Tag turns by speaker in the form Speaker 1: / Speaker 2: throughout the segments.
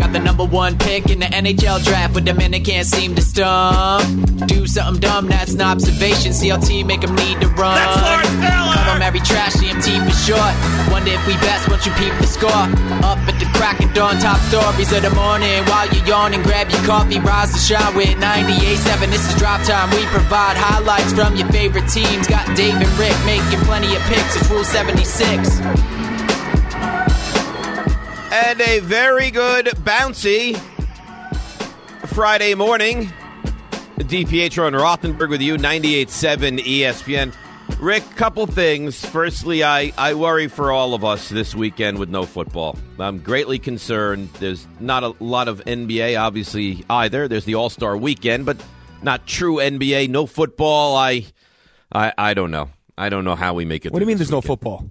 Speaker 1: Got the number one pick in the NHL draft, but the minute can't seem to stump. Do something dumb, that's an observation. CLT make 'em need to run. That's Lawrence Taylor! every trash, CMT for short. Wonder if we best once you peep the score. Up at the crack of dawn, top stories of the morning. While you're yawning, grab your coffee, rise and shine with 98.7. This is drop time. We provide highlights from your favorite teams. Got Dave and Rick making plenty of picks. It's Rule 76.
Speaker 2: And a very good bouncy Friday morning. DiPietro and Rothenberg with you, 98.7 ESPN. Rick, couple things. Firstly, I, I worry for all of us this weekend with no football. I'm greatly concerned. There's not a lot of NBA, obviously, either. There's the All Star weekend, but not true NBA, no football. I, I I don't know. I don't know how we make it.
Speaker 3: What do you
Speaker 2: through
Speaker 3: mean
Speaker 2: this
Speaker 3: there's no
Speaker 2: weekend.
Speaker 3: football?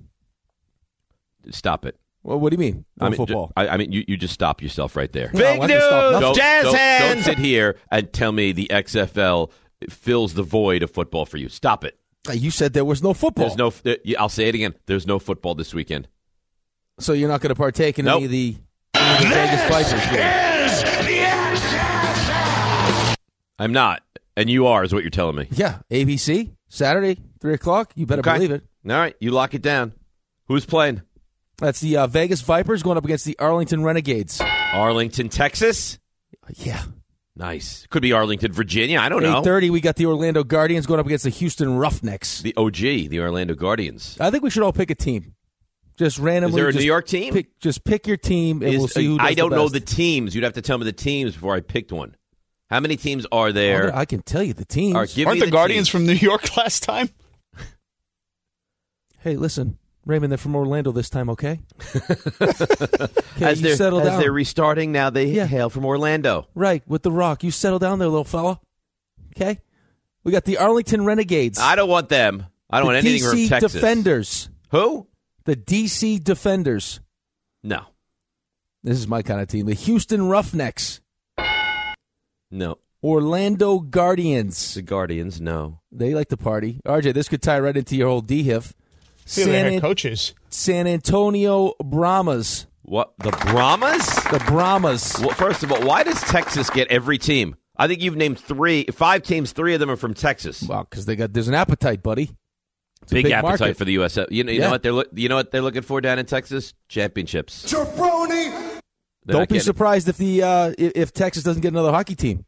Speaker 2: Stop it.
Speaker 3: Well, what do you mean? No
Speaker 2: I mean, ju-
Speaker 3: football.
Speaker 2: I, I mean, you, you just stop yourself right there.
Speaker 3: No, I
Speaker 2: Big
Speaker 3: want to stop
Speaker 2: news,
Speaker 3: nothing.
Speaker 2: jazz
Speaker 4: don't-
Speaker 2: hands.
Speaker 4: don't
Speaker 2: sit here and tell me the XFL fills the void of football for you. Stop it.
Speaker 3: you said there was no football.
Speaker 2: There's no. there- yeah, I'll say it again. There's no football this weekend.
Speaker 3: so you're not going to partake in
Speaker 2: Nope.
Speaker 3: any of the the Vegas Vipers game.
Speaker 2: I'm not, and you are, is what you're telling me.
Speaker 3: Yeah, ABC Saturday, three o'clock. You better
Speaker 2: Okay?
Speaker 3: believe it.
Speaker 2: All right, you lock it down. Who's playing?
Speaker 3: That's the uh, Vegas Vipers going up against the Arlington Renegades.
Speaker 2: Arlington, Texas.
Speaker 3: Yeah,
Speaker 2: Nice. Could be Arlington, Virginia. I don't
Speaker 3: eight
Speaker 2: know.
Speaker 3: thirty. We got the Orlando Guardians going up against the Houston Roughnecks.
Speaker 2: The OG, the Orlando Guardians.
Speaker 3: I think we should all pick a team. Just randomly.
Speaker 2: there a
Speaker 3: just
Speaker 2: New York team?
Speaker 3: Pick, just pick your team, and
Speaker 2: Is-
Speaker 3: we'll see who. Does
Speaker 2: I don't
Speaker 3: the
Speaker 2: know the
Speaker 3: best.
Speaker 2: teams. You'd have to tell me the teams before I picked one. How many teams are there?
Speaker 3: I can tell you the teams.
Speaker 2: All right, give
Speaker 4: Aren't
Speaker 2: me
Speaker 4: the,
Speaker 2: the
Speaker 4: Guardians
Speaker 2: teams.
Speaker 4: from New York last time?
Speaker 3: hey, listen, Raymond, they're from Orlando this time. Okay. okay
Speaker 2: as
Speaker 3: you
Speaker 2: they're,
Speaker 3: settle
Speaker 2: as
Speaker 3: down.
Speaker 2: they're restarting now, they
Speaker 3: Yeah.
Speaker 2: hail from Orlando.
Speaker 3: Right, with The Rock. You settle down there, little fella. Okay? We got the Arlington Renegades.
Speaker 2: I don't want them. I don't
Speaker 3: the
Speaker 2: want anything
Speaker 3: DC
Speaker 2: from Texas.
Speaker 3: Defenders.
Speaker 2: Who?
Speaker 3: The DC Defenders.
Speaker 2: No,
Speaker 3: This is my kind of team. The Houston Roughnecks.
Speaker 2: no.
Speaker 3: Orlando Guardians.
Speaker 2: The Guardians. No.
Speaker 3: They like to party. RJ, this could tie right into your whole DHIF.
Speaker 4: See, they
Speaker 3: San,
Speaker 4: had coaches.
Speaker 3: San Antonio Brahmas.
Speaker 2: What? The Brahmas?
Speaker 3: The Brahmas.
Speaker 2: Well, first of all, why does Texas get every team? I think you've named three, five teams. Three of them are from Texas.
Speaker 3: Wow, because they got there's an appetite, buddy. It's a
Speaker 2: big, appetite
Speaker 3: market.
Speaker 2: for the USF. You know, you
Speaker 3: Yeah.
Speaker 2: know what they're look you know what they're looking for down in Texas? Championships. Jabroni.
Speaker 3: Don't be surprised if the uh, if, if Texas doesn't get another hockey team.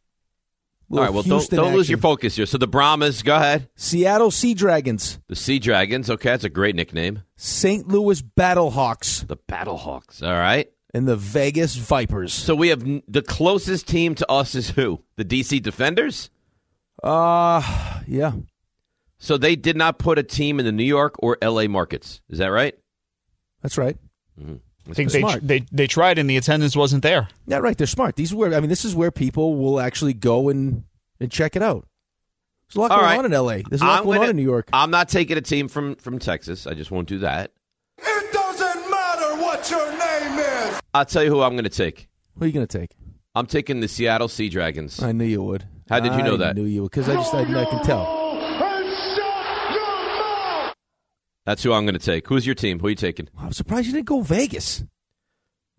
Speaker 2: All right. Well, don't,
Speaker 3: Houston
Speaker 2: don't lose your
Speaker 3: action.
Speaker 2: focus here. So the Brahmas. Go ahead.
Speaker 3: Seattle Sea Dragons,
Speaker 2: The Sea Dragons. Okay, that's a great nickname.
Speaker 3: St. Louis Battlehawks,
Speaker 2: The Battlehawks. All right.
Speaker 3: and the Vegas Vipers.
Speaker 2: So we have n- the closest team to us is who? The DC Defenders?
Speaker 3: Uh yeah.
Speaker 2: So they did not put a team in the New York or LA markets. Is that right? Mm-hmm.
Speaker 3: That's right.
Speaker 4: I think they,
Speaker 3: Smart.
Speaker 4: they they tried and the attendance wasn't there.
Speaker 3: Yeah, right. They're smart. These are where I mean, this is where people will actually go and and check it out. There's a lot
Speaker 2: All
Speaker 3: going
Speaker 2: right.
Speaker 3: on in LA. There's a lot
Speaker 2: I'm
Speaker 3: going
Speaker 2: gonna-
Speaker 3: on in New York.
Speaker 2: I'm not taking a team from from Texas. I just won't do that.
Speaker 5: It doesn't matter what your name is.
Speaker 2: I'll tell you who I'm going to take.
Speaker 3: Who are you gonna take?
Speaker 2: I'm taking the Seattle Sea Dragons.
Speaker 3: I knew you would.
Speaker 2: How did you know that?
Speaker 3: I knew you would because I just I, I can tell.
Speaker 2: That's who I'm going to take. Who's your team? Who are you taking? Uh,
Speaker 3: I'm surprised you didn't go Vegas.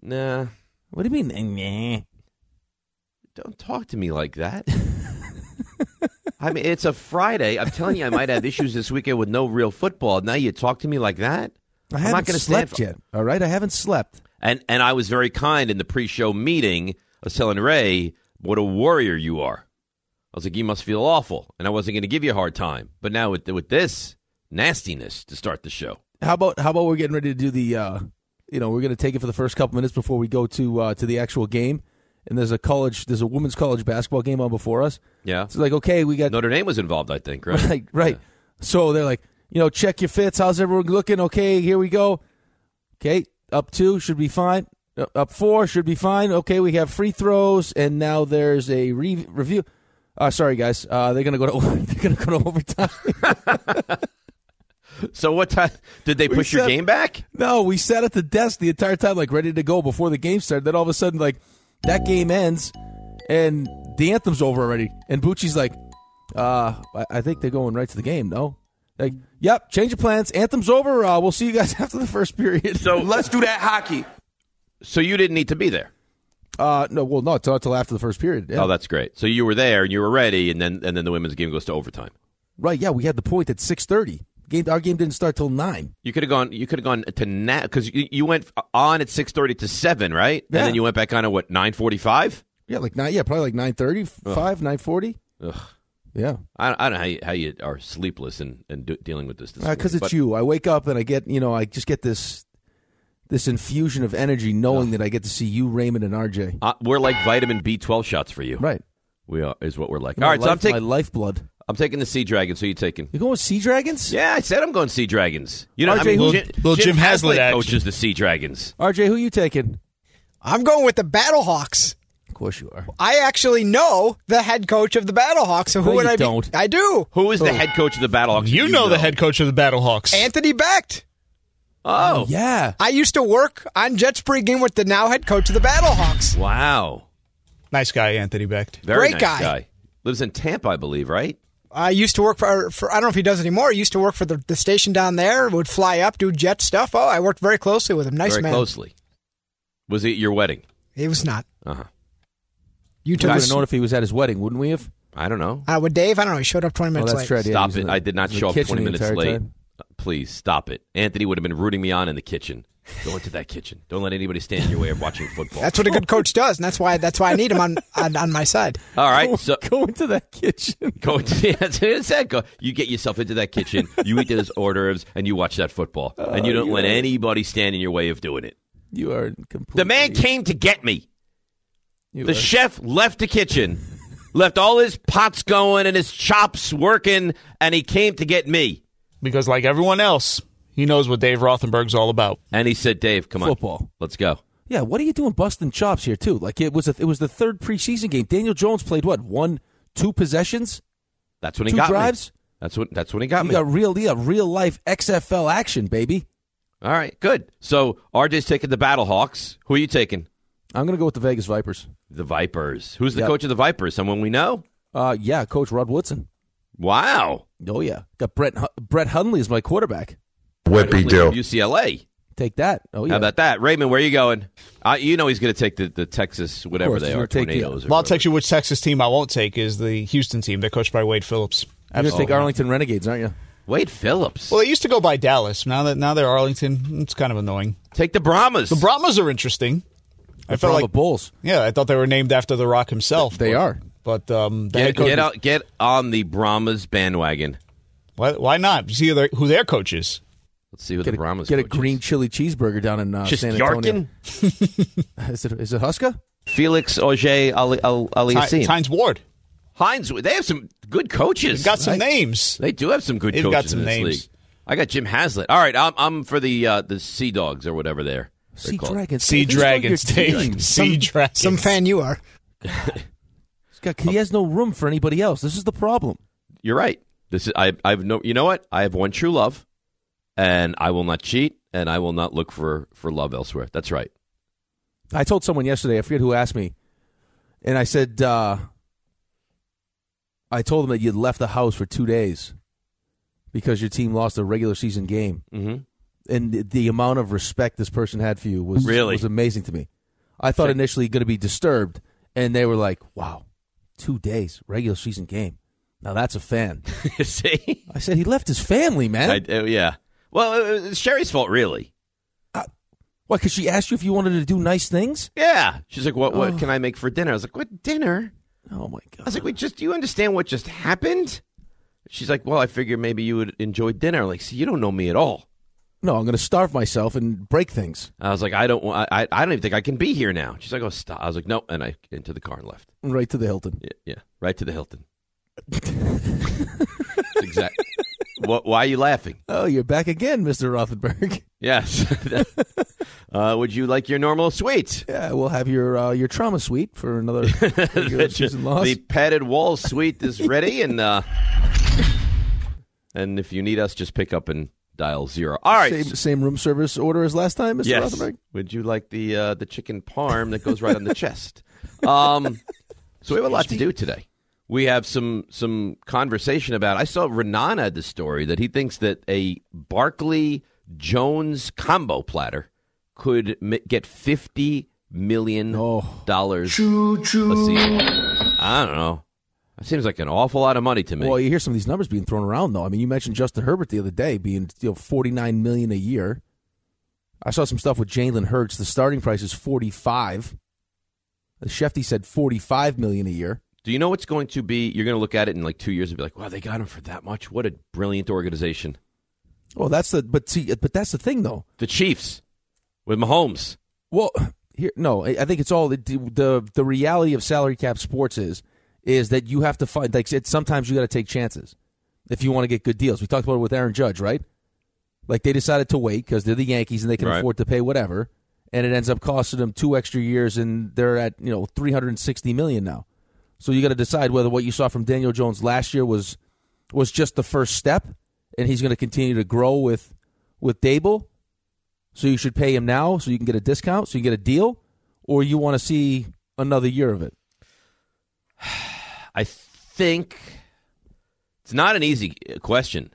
Speaker 2: Nah,
Speaker 3: What do you mean? Nah.
Speaker 2: don't talk to me like that. I mean, it's a Friday. I'm telling you, I might have issues this weekend with no real football. Now you talk to me like that?
Speaker 3: I
Speaker 2: I'm
Speaker 3: haven't
Speaker 2: not gonna stand
Speaker 3: slept
Speaker 2: for-
Speaker 3: yet. All right, I haven't slept.
Speaker 2: And and I was very kind in the pre-show meeting. I was telling Ray, "What a warrior you are! I was like, you must feel awful, and I wasn't going to give you a hard time. But now with with this nastiness to start the show,
Speaker 3: How about how about we're getting ready to do the uh, you know, we're going to take it for the first couple minutes before we go to uh, to the actual game. And there's a college there's a women's college basketball game on before us.
Speaker 2: yeah.
Speaker 3: It's like, okay, we got
Speaker 2: Notre Dame was involved, I think, right?
Speaker 3: like right. So they're like, you know, check your fits. How's everyone looking? Okay, here we go. Okay, up two should be fine. Uh, Up four should be fine. Okay, we have free throws, and now there's a re- review. Uh, sorry, guys, uh, they're gonna go to they're gonna go to overtime.
Speaker 2: So what time did they push your
Speaker 3: said-
Speaker 2: game back?
Speaker 3: no, we sat at the desk the entire time, like ready to go before the game started. Then all of a sudden, like that game ends, and the anthem's over already. And Bucci's like, uh, I-, I think they're going right to the game. No, like, yep, change of plans. Anthem's over. Uh, we'll see you guys after the first period.
Speaker 2: So
Speaker 5: Let's do that hockey.
Speaker 2: so you didn't need to be there.
Speaker 3: Uh, no, well, no, it's not until after the first period. Yeah.
Speaker 2: Oh, that's great. So you were there and you were ready, and then and then the women's game goes to overtime.
Speaker 3: right, yeah, we had the point at six thirty. Game, our game didn't start till nine.
Speaker 2: You could have gone. You could have gone to now because you, you went on at six thirty to seven, right?
Speaker 3: Yeah.
Speaker 2: And then you went back on at what nine forty five.
Speaker 3: Yeah, like nine. Yeah, probably like nine thirty, five, nine forty.
Speaker 2: Ugh.
Speaker 3: Yeah,
Speaker 2: I, I don't know how you, how you are sleepless and and do, dealing with this. this
Speaker 3: because
Speaker 2: morning,
Speaker 3: Uh, it's
Speaker 2: but-
Speaker 3: you. I wake up and I get, you know, I just get this this infusion of energy, knowing that I get to see you, Raymond, and RJ.
Speaker 2: Uh, we're like vitamin B twelve shots for you.
Speaker 3: Right.
Speaker 2: We are is what we're like.
Speaker 3: My
Speaker 2: All right, so I'm
Speaker 3: life- my
Speaker 2: taking
Speaker 3: lifeblood.
Speaker 2: I'm taking the sea dragon. So you taking?
Speaker 3: You going with Sea Dragons?
Speaker 2: Yeah, I said I'm going sea dragons. You know, I
Speaker 3: RJ,
Speaker 2: mean,
Speaker 3: who-
Speaker 2: Jim,
Speaker 4: Little Jim Haslett action.
Speaker 2: coaches the sea dragons.
Speaker 3: RJ, who you taking?
Speaker 6: I'm going with the Battlehawks.
Speaker 3: Of course you are.
Speaker 6: I actually know the head coach of the Battlehawks. So who
Speaker 3: No,
Speaker 6: would
Speaker 3: you
Speaker 6: I be-
Speaker 3: don't. Oh.
Speaker 6: I do.
Speaker 2: Who is the head coach of the Battlehawks?
Speaker 4: You know the head coach of the Battlehawks.
Speaker 6: Anthony Becht.
Speaker 2: Oh,
Speaker 3: Yeah,
Speaker 6: I used to work on Jets pregame with the now head coach of the Battlehawks.
Speaker 2: wow,
Speaker 4: nice guy, Anthony Becht.
Speaker 2: very
Speaker 6: Great
Speaker 2: nice
Speaker 6: guy.
Speaker 2: Lives in Tampa, I believe, right?
Speaker 6: I used to work for, for I don't know if he does anymore. He used to work for the, the station down there. Would fly up, do Jet stuff. Oh, I worked very closely with him. Nice
Speaker 2: very
Speaker 6: man.
Speaker 2: closely. Was it your wedding?
Speaker 6: It was not.
Speaker 2: Uh huh.
Speaker 6: You
Speaker 3: we
Speaker 6: took
Speaker 3: would
Speaker 6: us.
Speaker 3: have known if he was at his wedding, wouldn't we have?
Speaker 2: I don't know.
Speaker 6: Uh, with Dave, I don't know. He showed up 20
Speaker 3: Oh,
Speaker 6: minutes
Speaker 3: that's
Speaker 6: late.
Speaker 3: right. yeah, he
Speaker 2: stop
Speaker 3: was in
Speaker 2: it!
Speaker 3: the-
Speaker 2: I did not
Speaker 3: he was in
Speaker 2: show
Speaker 3: the
Speaker 2: up
Speaker 3: kitchen
Speaker 2: twenty
Speaker 3: the
Speaker 2: minutes
Speaker 3: entire
Speaker 2: late.
Speaker 3: time.
Speaker 2: Uh, Please stop it. Anthony would have been rooting me on in the kitchen. Go into that kitchen. Don't let anybody stand in your way of watching football.
Speaker 6: That's what a good coach does, and that's why that's why I need him on on, on my side.
Speaker 2: All right. So
Speaker 3: Go into that kitchen.
Speaker 2: go into yeah, that's what it said. Go. You get yourself into that kitchen. You eat those hors d'oeuvres and you watch that football.
Speaker 4: Oh,
Speaker 2: and you don't let anybody stand in your way of doing it.
Speaker 3: You are complete.
Speaker 2: The man came to get me. The chef left the kitchen, left all his pots going and his chops working, and he came to get me.
Speaker 4: Because, like everyone else, he knows what Dave Rothenberg's all about.
Speaker 2: And he said, "Dave, come on,
Speaker 3: Football.
Speaker 2: let's go."
Speaker 3: Yeah, what are you doing busting chops here too? Like it was a, it was the third preseason game. Daniel Jones played what one two possessions.
Speaker 2: That's when he
Speaker 3: Two
Speaker 2: got
Speaker 3: drives?
Speaker 2: me. That's when that's when he got
Speaker 3: You
Speaker 2: me.
Speaker 3: got real yeah, real life XFL action, baby.
Speaker 2: All right, good. So RJ's taking the Battlehawks. Who are you taking?
Speaker 3: I'm gonna go with the Vegas Vipers.
Speaker 2: The Vipers. Who's the
Speaker 3: Yep.
Speaker 2: coach of the Vipers? Someone we know?
Speaker 3: Uh, yeah, Coach Rod Woodson.
Speaker 2: Wow.
Speaker 3: Oh yeah, got Brett Hu- Brett Hundley as my quarterback.
Speaker 5: Whippy
Speaker 2: From UCLA.
Speaker 3: Take that. Oh yeah,
Speaker 2: How about that, Raymond? Where are you going? Uh, you know he's going to take the, the Texas whatever
Speaker 3: course,
Speaker 2: they
Speaker 3: he's
Speaker 2: are
Speaker 3: gonna take the-
Speaker 2: tornadoes. or
Speaker 4: Well, I'll
Speaker 2: whatever.
Speaker 4: text you which Texas team I won't take is the Houston team. They're coached by Wade Phillips.
Speaker 3: you're gonna take
Speaker 4: Absolutely.
Speaker 3: Arlington Renegades, aren't you?
Speaker 2: Oh, Wade Phillips.
Speaker 4: Well, they used to go by Dallas. Now that now they're Arlington, it's kind of annoying.
Speaker 2: take the Brahmas.
Speaker 4: The Brahmas are interesting. I felt
Speaker 3: Brahma
Speaker 4: like
Speaker 3: Bulls.
Speaker 4: yeah, I thought they were named after The Rock himself.
Speaker 3: They
Speaker 4: but,
Speaker 3: are.
Speaker 4: but um, the
Speaker 2: get,
Speaker 4: head coach
Speaker 2: get
Speaker 4: is-
Speaker 2: out, get on the Brahmas bandwagon.
Speaker 4: Why, why not? You see who their, who their coach is.
Speaker 2: Let's see who
Speaker 3: Get, a,
Speaker 2: the Brahmas
Speaker 3: get a
Speaker 2: coach is.
Speaker 3: green chili cheeseburger down in uh,
Speaker 2: Just
Speaker 3: San Antonio.
Speaker 2: Yarkin?
Speaker 3: Is it is it Huska?
Speaker 2: Felix
Speaker 4: Ty-
Speaker 2: Auger Aliassime.
Speaker 4: Tynes Ward.
Speaker 2: Hines. They have some good coaches.
Speaker 4: They've got some names.
Speaker 2: They do have some good
Speaker 4: They've
Speaker 2: coaches
Speaker 4: got some
Speaker 2: in this
Speaker 4: names.
Speaker 2: league. I got Jim Haslett. All right, I'm, I'm for the uh, the Sea Dogs or whatever they're, they're
Speaker 3: Sea
Speaker 2: called.
Speaker 3: Dragons.
Speaker 4: Sea
Speaker 3: He's still
Speaker 4: Dragons,
Speaker 3: your team.
Speaker 4: Dave. Sea Dragons.
Speaker 6: Some fan you are.
Speaker 3: He's got- he has no room for anybody else. This is the problem.
Speaker 2: You're right. This is I I've no. You know what? I have one true love, and I will not cheat, and I will not look for for love elsewhere. That's right.
Speaker 3: I told someone yesterday, I forget who asked me, and I said, uh, I told them that you'd left the house for two days because your team lost a regular season game.
Speaker 2: Mhm.
Speaker 3: And the, the amount of respect this person had for you was
Speaker 2: Really?
Speaker 3: was amazing to me. I thought initially going to be disturbed, and they were like, wow, two days, regular season game. Now that's a fan.
Speaker 2: You See,
Speaker 3: I said, he left his family, man.
Speaker 2: I, uh, yeah. Well, it was Sherry's fault, really.
Speaker 3: Why? Because she asked you if you wanted to do nice things?
Speaker 2: Yeah. She's like, "What? What can I make for dinner?" I was like, "What dinner?
Speaker 3: Oh my
Speaker 2: I
Speaker 3: god.
Speaker 2: was like, wait, just do you understand what just happened? She's like, well, I figure maybe you would enjoy dinner. I'm like, see, you don't know me at all.
Speaker 3: No, I'm going to starve myself and break things.
Speaker 2: I was like, I don't, wa- I, I don't even think I can be here now. She's like, oh, stop. I was like, no, and I into the car and left.
Speaker 3: Right to the Hilton.
Speaker 2: Yeah, yeah. right to the Hilton. exactly. What, why are you laughing?
Speaker 3: Oh, you're back again, Mr. Rothenberg.
Speaker 2: Yes. uh, would you like your normal suite?
Speaker 3: Yeah, we'll have your uh, your trauma suite for another regular season loss.
Speaker 2: The padded wall suite is ready, and uh, and if you need us, just pick up and dial zero. All right.
Speaker 3: Same, same room service order as last time, Mr.
Speaker 2: yes.
Speaker 3: Rothenberg?
Speaker 2: Would you like the uh, the chicken parm that goes right on the chest? Um, so we have a lot to do today. We have some some conversation about. I saw Renan had the story that he thinks that a Barkley Jones combo platter could m- get fifty million dollars a season. I don't know. That seems like an awful lot of money to me.
Speaker 3: Well, you hear some of these numbers being thrown around, though. I mean, you mentioned Justin Herbert the other day being you know forty nine million a year. I saw some stuff with Jalen Hurts. The starting price is forty five. The Shefty said forty five million a year.
Speaker 2: Do you know what's going to be? You're going to look at it in like two years and be like, "Wow, they got him for that much! What a brilliant organization!"
Speaker 3: Well, that's the but see, but that's the thing though.
Speaker 2: The Chiefs with Mahomes.
Speaker 3: Well, here no, I I think it's all the the the reality of salary cap sports is is that you have to find like it's, sometimes you got to take chances if you want to get good deals. We talked about it with Aaron Judge, right? Like they decided to wait because they're the Yankees and they can
Speaker 2: Right.
Speaker 3: afford to pay whatever, and it ends up costing them two extra years, and they're at you know three hundred and sixty million now. So you got to decide whether what you saw from Daniel Jones last year was was just the first step, and he's going to continue to grow with with Dable. So you should pay him now, so you can get a discount, so you can get a deal, or you want to see another year of it.
Speaker 2: I think it's not an easy uh, question.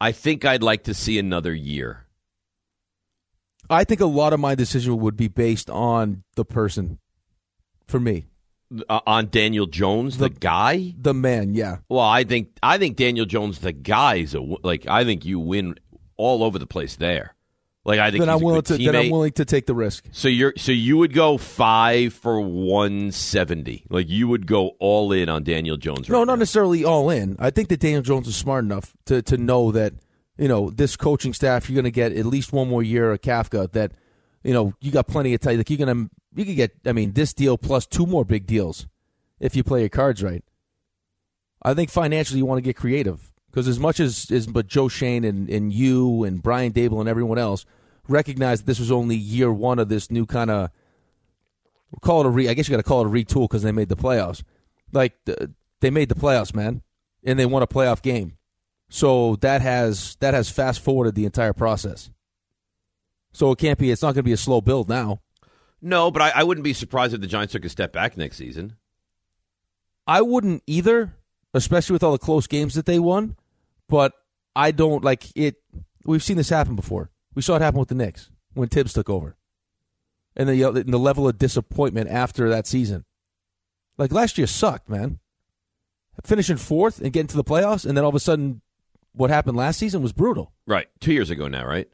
Speaker 2: I think I'd like to see another year.
Speaker 3: I think a lot of my decision would be based on the person. For me,
Speaker 2: Uh, on Daniel Jones, the, guy.
Speaker 3: the man, yeah.
Speaker 2: Well, I think I think Daniel Jones, the guy, is a w- like I think you win all over the place there. Like I think
Speaker 3: Then
Speaker 2: he's
Speaker 3: I'm
Speaker 2: a
Speaker 3: willing
Speaker 2: good
Speaker 3: to then I'm
Speaker 2: teammate.
Speaker 3: willing to take the risk.
Speaker 2: So you're so you would go five for one seventy. Like you would go all in on Daniel Jones.
Speaker 3: No,
Speaker 2: right
Speaker 3: not
Speaker 2: now.
Speaker 3: necessarily all in. I think that Daniel Jones is smart enough to, to know that, you know, this coaching staff, you're going to get at least one more year of Kafka that, you know, you got plenty of time. Like, you're going to, you could get, I mean, this deal plus two more big deals if you play your cards right. I think financially you want to get creative because as much as, as but Joe Shane and, and you and Brian Dable and everyone else recognize that this was only year one of this new kind of we'll call it a re. I guess you got to call it a retool because they made the playoffs. Like th- they made the playoffs, man, and they won a playoff game. So that has that has fast forwarded the entire process. So it can't be. It's not going to be a slow build now.
Speaker 2: no, but I, I wouldn't be surprised if the Giants took a step back next season.
Speaker 3: I wouldn't either, especially with all the close games that they won. But I don't like it. We've seen this happen before. We saw it happen with the Knicks when Tibbs took over, and the you know, and the level of disappointment after that season. Like last year sucked, man. Finishing fourth and getting to the playoffs, and then all of a sudden, what happened last season was brutal.
Speaker 2: Right, two years ago now. Right,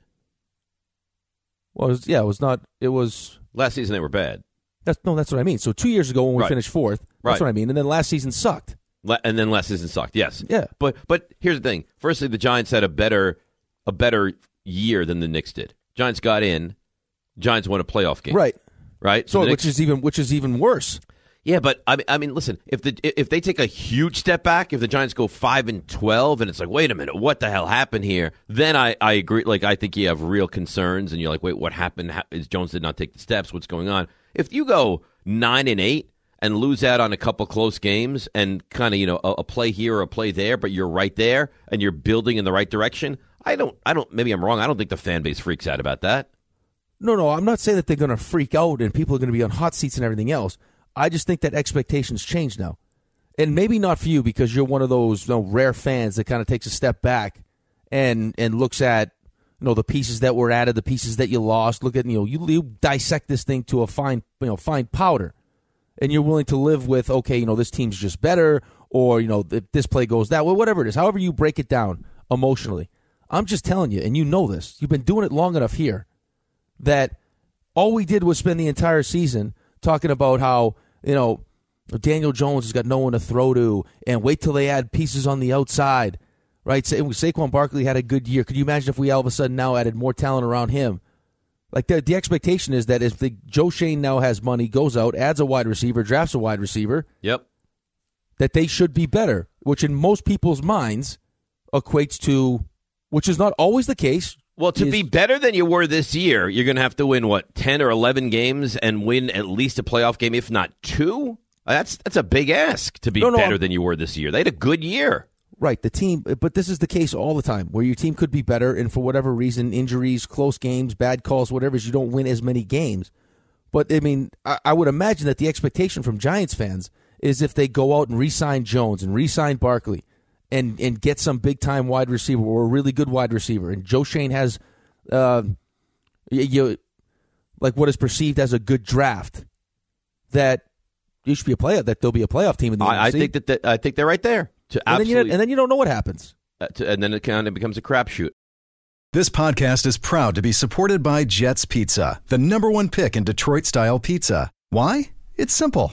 Speaker 3: Well, it was, yeah, it was not. It was
Speaker 2: last season they were bad,
Speaker 3: that's no, that's what I mean. So two years ago when we
Speaker 2: Right.
Speaker 3: finished fourth, that's
Speaker 2: Right.
Speaker 3: what I mean, and then last season sucked.
Speaker 2: La- and then last season sucked. Yes,
Speaker 3: Yeah.
Speaker 2: But but here's the thing. Firstly, the Giants had a better a better year than the Knicks did. Giants got in. Giants won a playoff game.
Speaker 3: Right.
Speaker 2: Right.
Speaker 3: So
Speaker 2: the
Speaker 3: which
Speaker 2: Knicks-
Speaker 3: is even which is even worse.
Speaker 2: Yeah, but I mean, I mean, listen. If the if they take a huge step back, if the Giants go five and twelve, and it's like, wait a minute, what the hell happened here? Then I I agree. Like I think you have real concerns, and you're like, wait, what happened? How- Is Jones did not take the steps? What's going on? If you go nine and eight and lose out on a couple close games and kind of you know a, a play here or a play there, but you're right there and you're building in the right direction. I don't I don't maybe I'm wrong. I don't think the fan base freaks out about that.
Speaker 3: No, no, I'm not saying that they're going to freak out and people are going to be on hot seats and everything else. I just think that expectations change now. And maybe not for you because you're one of those you know, rare fans that kind of takes a step back and and looks at you know the pieces that were added, the pieces that you lost. Look at you know you, you dissect this thing to a fine you know fine powder, and you're willing to live with okay, you know this team's just better, or you know if this play goes that way, whatever it is. However you break it down emotionally, I'm just telling you, and you know this. You've been doing it long enough here that all we did was spend the entire season talking about how you know Daniel Jones has got no one to throw to, and wait till they add pieces on the outside, right? Sa- Saquon Barkley had a good year. Could you imagine if we all of a sudden now added more talent around him? Like the the expectation is that if the Joe Shane now has money, goes out, adds a wide receiver, drafts a wide receiver,
Speaker 2: Yep.
Speaker 3: that they should be better, which in most people's minds equates to, which is not always the case.
Speaker 2: Well, to
Speaker 3: is-
Speaker 2: be better than you were this year, you're going to have to win what ten or eleven games and win at least a playoff game, if not two. That's that's a big ask to be
Speaker 3: No, no,
Speaker 2: better
Speaker 3: I'm-
Speaker 2: than you were this year. They had a good year.
Speaker 3: Right, the team, but this is the case all the time where your team could be better, and for whatever reason, injuries, close games, bad calls, whatever, is you don't win as many games. But I mean, I, I would imagine that the expectation from Giants fans is if they go out and re-sign Jones and re-sign Barkley, and and get some big time wide receiver or a really good wide receiver, and Joe Shane has, uh, y- you, like what is perceived as a good draft, that you should be a playoff. That they'll be a playoff team in the
Speaker 2: I, I
Speaker 3: NFC.
Speaker 2: think that, that I think they're right there. To
Speaker 3: and then, you don't,
Speaker 2: absolutely,
Speaker 3: and then you don't know what happens.
Speaker 2: uh, to- and then it kind of becomes a crapshoot.
Speaker 7: This podcast is proud to be supported by Jets Pizza, the number one pick in Detroit style pizza. Why? It's simple.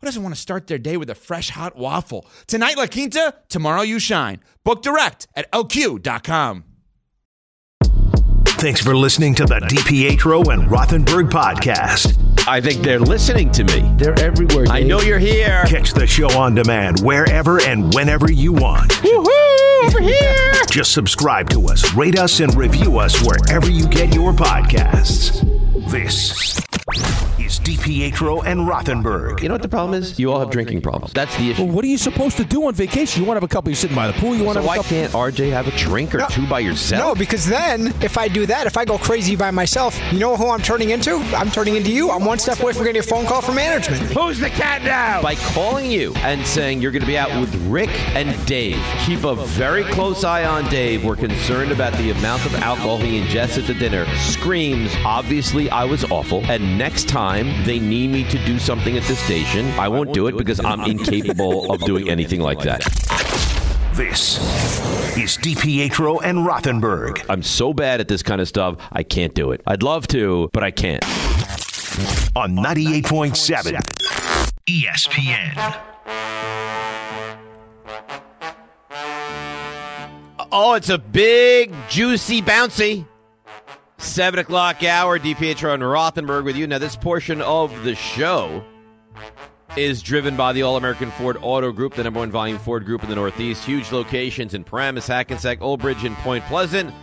Speaker 8: who doesn't want to start their day with a fresh hot waffle? Tonight, La Quinta, tomorrow, you shine. Book direct at lq.com.
Speaker 9: Thanks for listening to the DPetro and Rothenberg podcast.
Speaker 2: I think they're listening to me.
Speaker 3: They're everywhere.
Speaker 2: I know you're here.
Speaker 9: Catch the show on demand wherever and whenever you want.
Speaker 2: Woohoo! Over here.
Speaker 9: Just subscribe to us, rate us, and review us wherever you get your podcasts. This is DiPietro and Rothenberg.
Speaker 2: You know what the problem is? You all have drinking problems. That's the issue.
Speaker 3: Well, what are you supposed to do on vacation? You want to have a couple. You're sitting by the pool. You want
Speaker 2: So
Speaker 3: to have
Speaker 2: why
Speaker 3: a couple.
Speaker 2: can't RJ have a drink or two by
Speaker 6: No,
Speaker 2: yourself?
Speaker 6: because then if I do that, if I go crazy by myself, you know who I'm turning into? I'm turning into you. I'm one step away from getting a phone call from management.
Speaker 2: Who's the cat now? By calling you and saying you're going to be out with Rick and Dave. Keep a very close eye on Dave. We're concerned about the amount of alcohol he ingests at the dinner. Screams, obviously, I was awful. And next time they need me to do something at the station, I won't do it because I'm incapable of doing anything like that.
Speaker 9: This is DiPietro and Rothenberg.
Speaker 2: I'm so bad at this kind of stuff, I can't do it. I'd love to, but I can't.
Speaker 9: on 98.7 E ESPN.
Speaker 2: Oh, it's a big, juicy, bouncy. Seven o'clock hour, DiPietro and Rothenberg with you. Now, this portion of the show is driven by the All American Ford Auto Group, the number one volume Ford group in the Northeast. Huge locations in Paramus, Hackensack, Old Bridge, and Point Pleasant.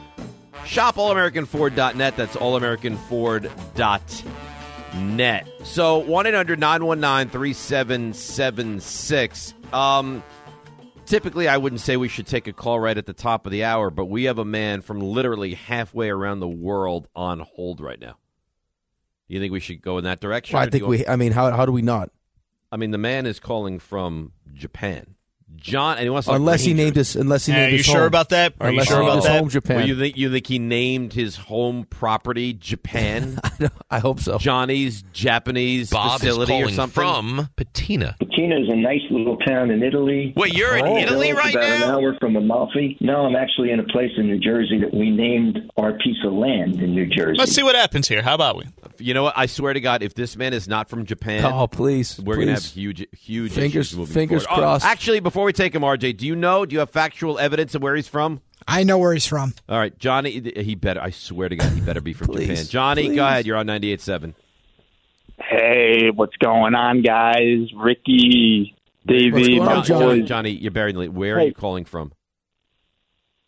Speaker 2: Shop allamericanford.net. That's allamericanford.net net. So 1 800 919 3776. Um, typically, I wouldn't say we should take a call right at the top of the hour, but we have a man from literally halfway around the world on hold right now. You think we should go in that direction?
Speaker 3: Well,
Speaker 2: or
Speaker 3: I
Speaker 2: do
Speaker 3: think
Speaker 2: you-
Speaker 3: we. I mean, how how do we not?
Speaker 2: I mean, the man is calling from Japan. John, and he wants to
Speaker 3: Unless he named
Speaker 2: his,
Speaker 3: his- unless he Yeah, named you his sure home. about that? Are you Unless he sure named about his that? home Japan.
Speaker 2: Well, you think you think he named his home property Japan?
Speaker 3: I hope so.
Speaker 2: Johnny's Japanese
Speaker 10: Bob is
Speaker 2: facility or
Speaker 10: calling
Speaker 2: something
Speaker 10: from Patina.
Speaker 11: Tina is a nice little town in Italy. Oh.
Speaker 10: Wait, you're in Italy
Speaker 11: it's
Speaker 10: right
Speaker 11: about
Speaker 10: now?
Speaker 11: an hour from Amalfi. No, I'm actually in a place in New Jersey that we named our piece of land in New Jersey.
Speaker 2: Let's see what happens here. How about we? You know what? I swear to God, if this man is not from Japan,
Speaker 3: Oh, please,
Speaker 2: we're gonna have
Speaker 3: please.
Speaker 2: huge, huge
Speaker 3: Fingers-
Speaker 2: issues moving
Speaker 3: fingers
Speaker 2: forward. Oh,
Speaker 3: crossed.
Speaker 2: actually, before we take him, RJ, do you know? Do you have factual evidence of where he's from?
Speaker 6: I know where he's from.
Speaker 2: All right, Johnny, he better. I swear to God, he better be from Japan. Johnny,
Speaker 6: please.
Speaker 2: go ahead. You're on 98.7.
Speaker 12: Hey, what's going on, guys? Ricky, Davey, my
Speaker 2: John- Johnny,
Speaker 12: boys.
Speaker 2: Johnny, you're bearing the lead. Where are
Speaker 12: Hey.
Speaker 2: you calling from?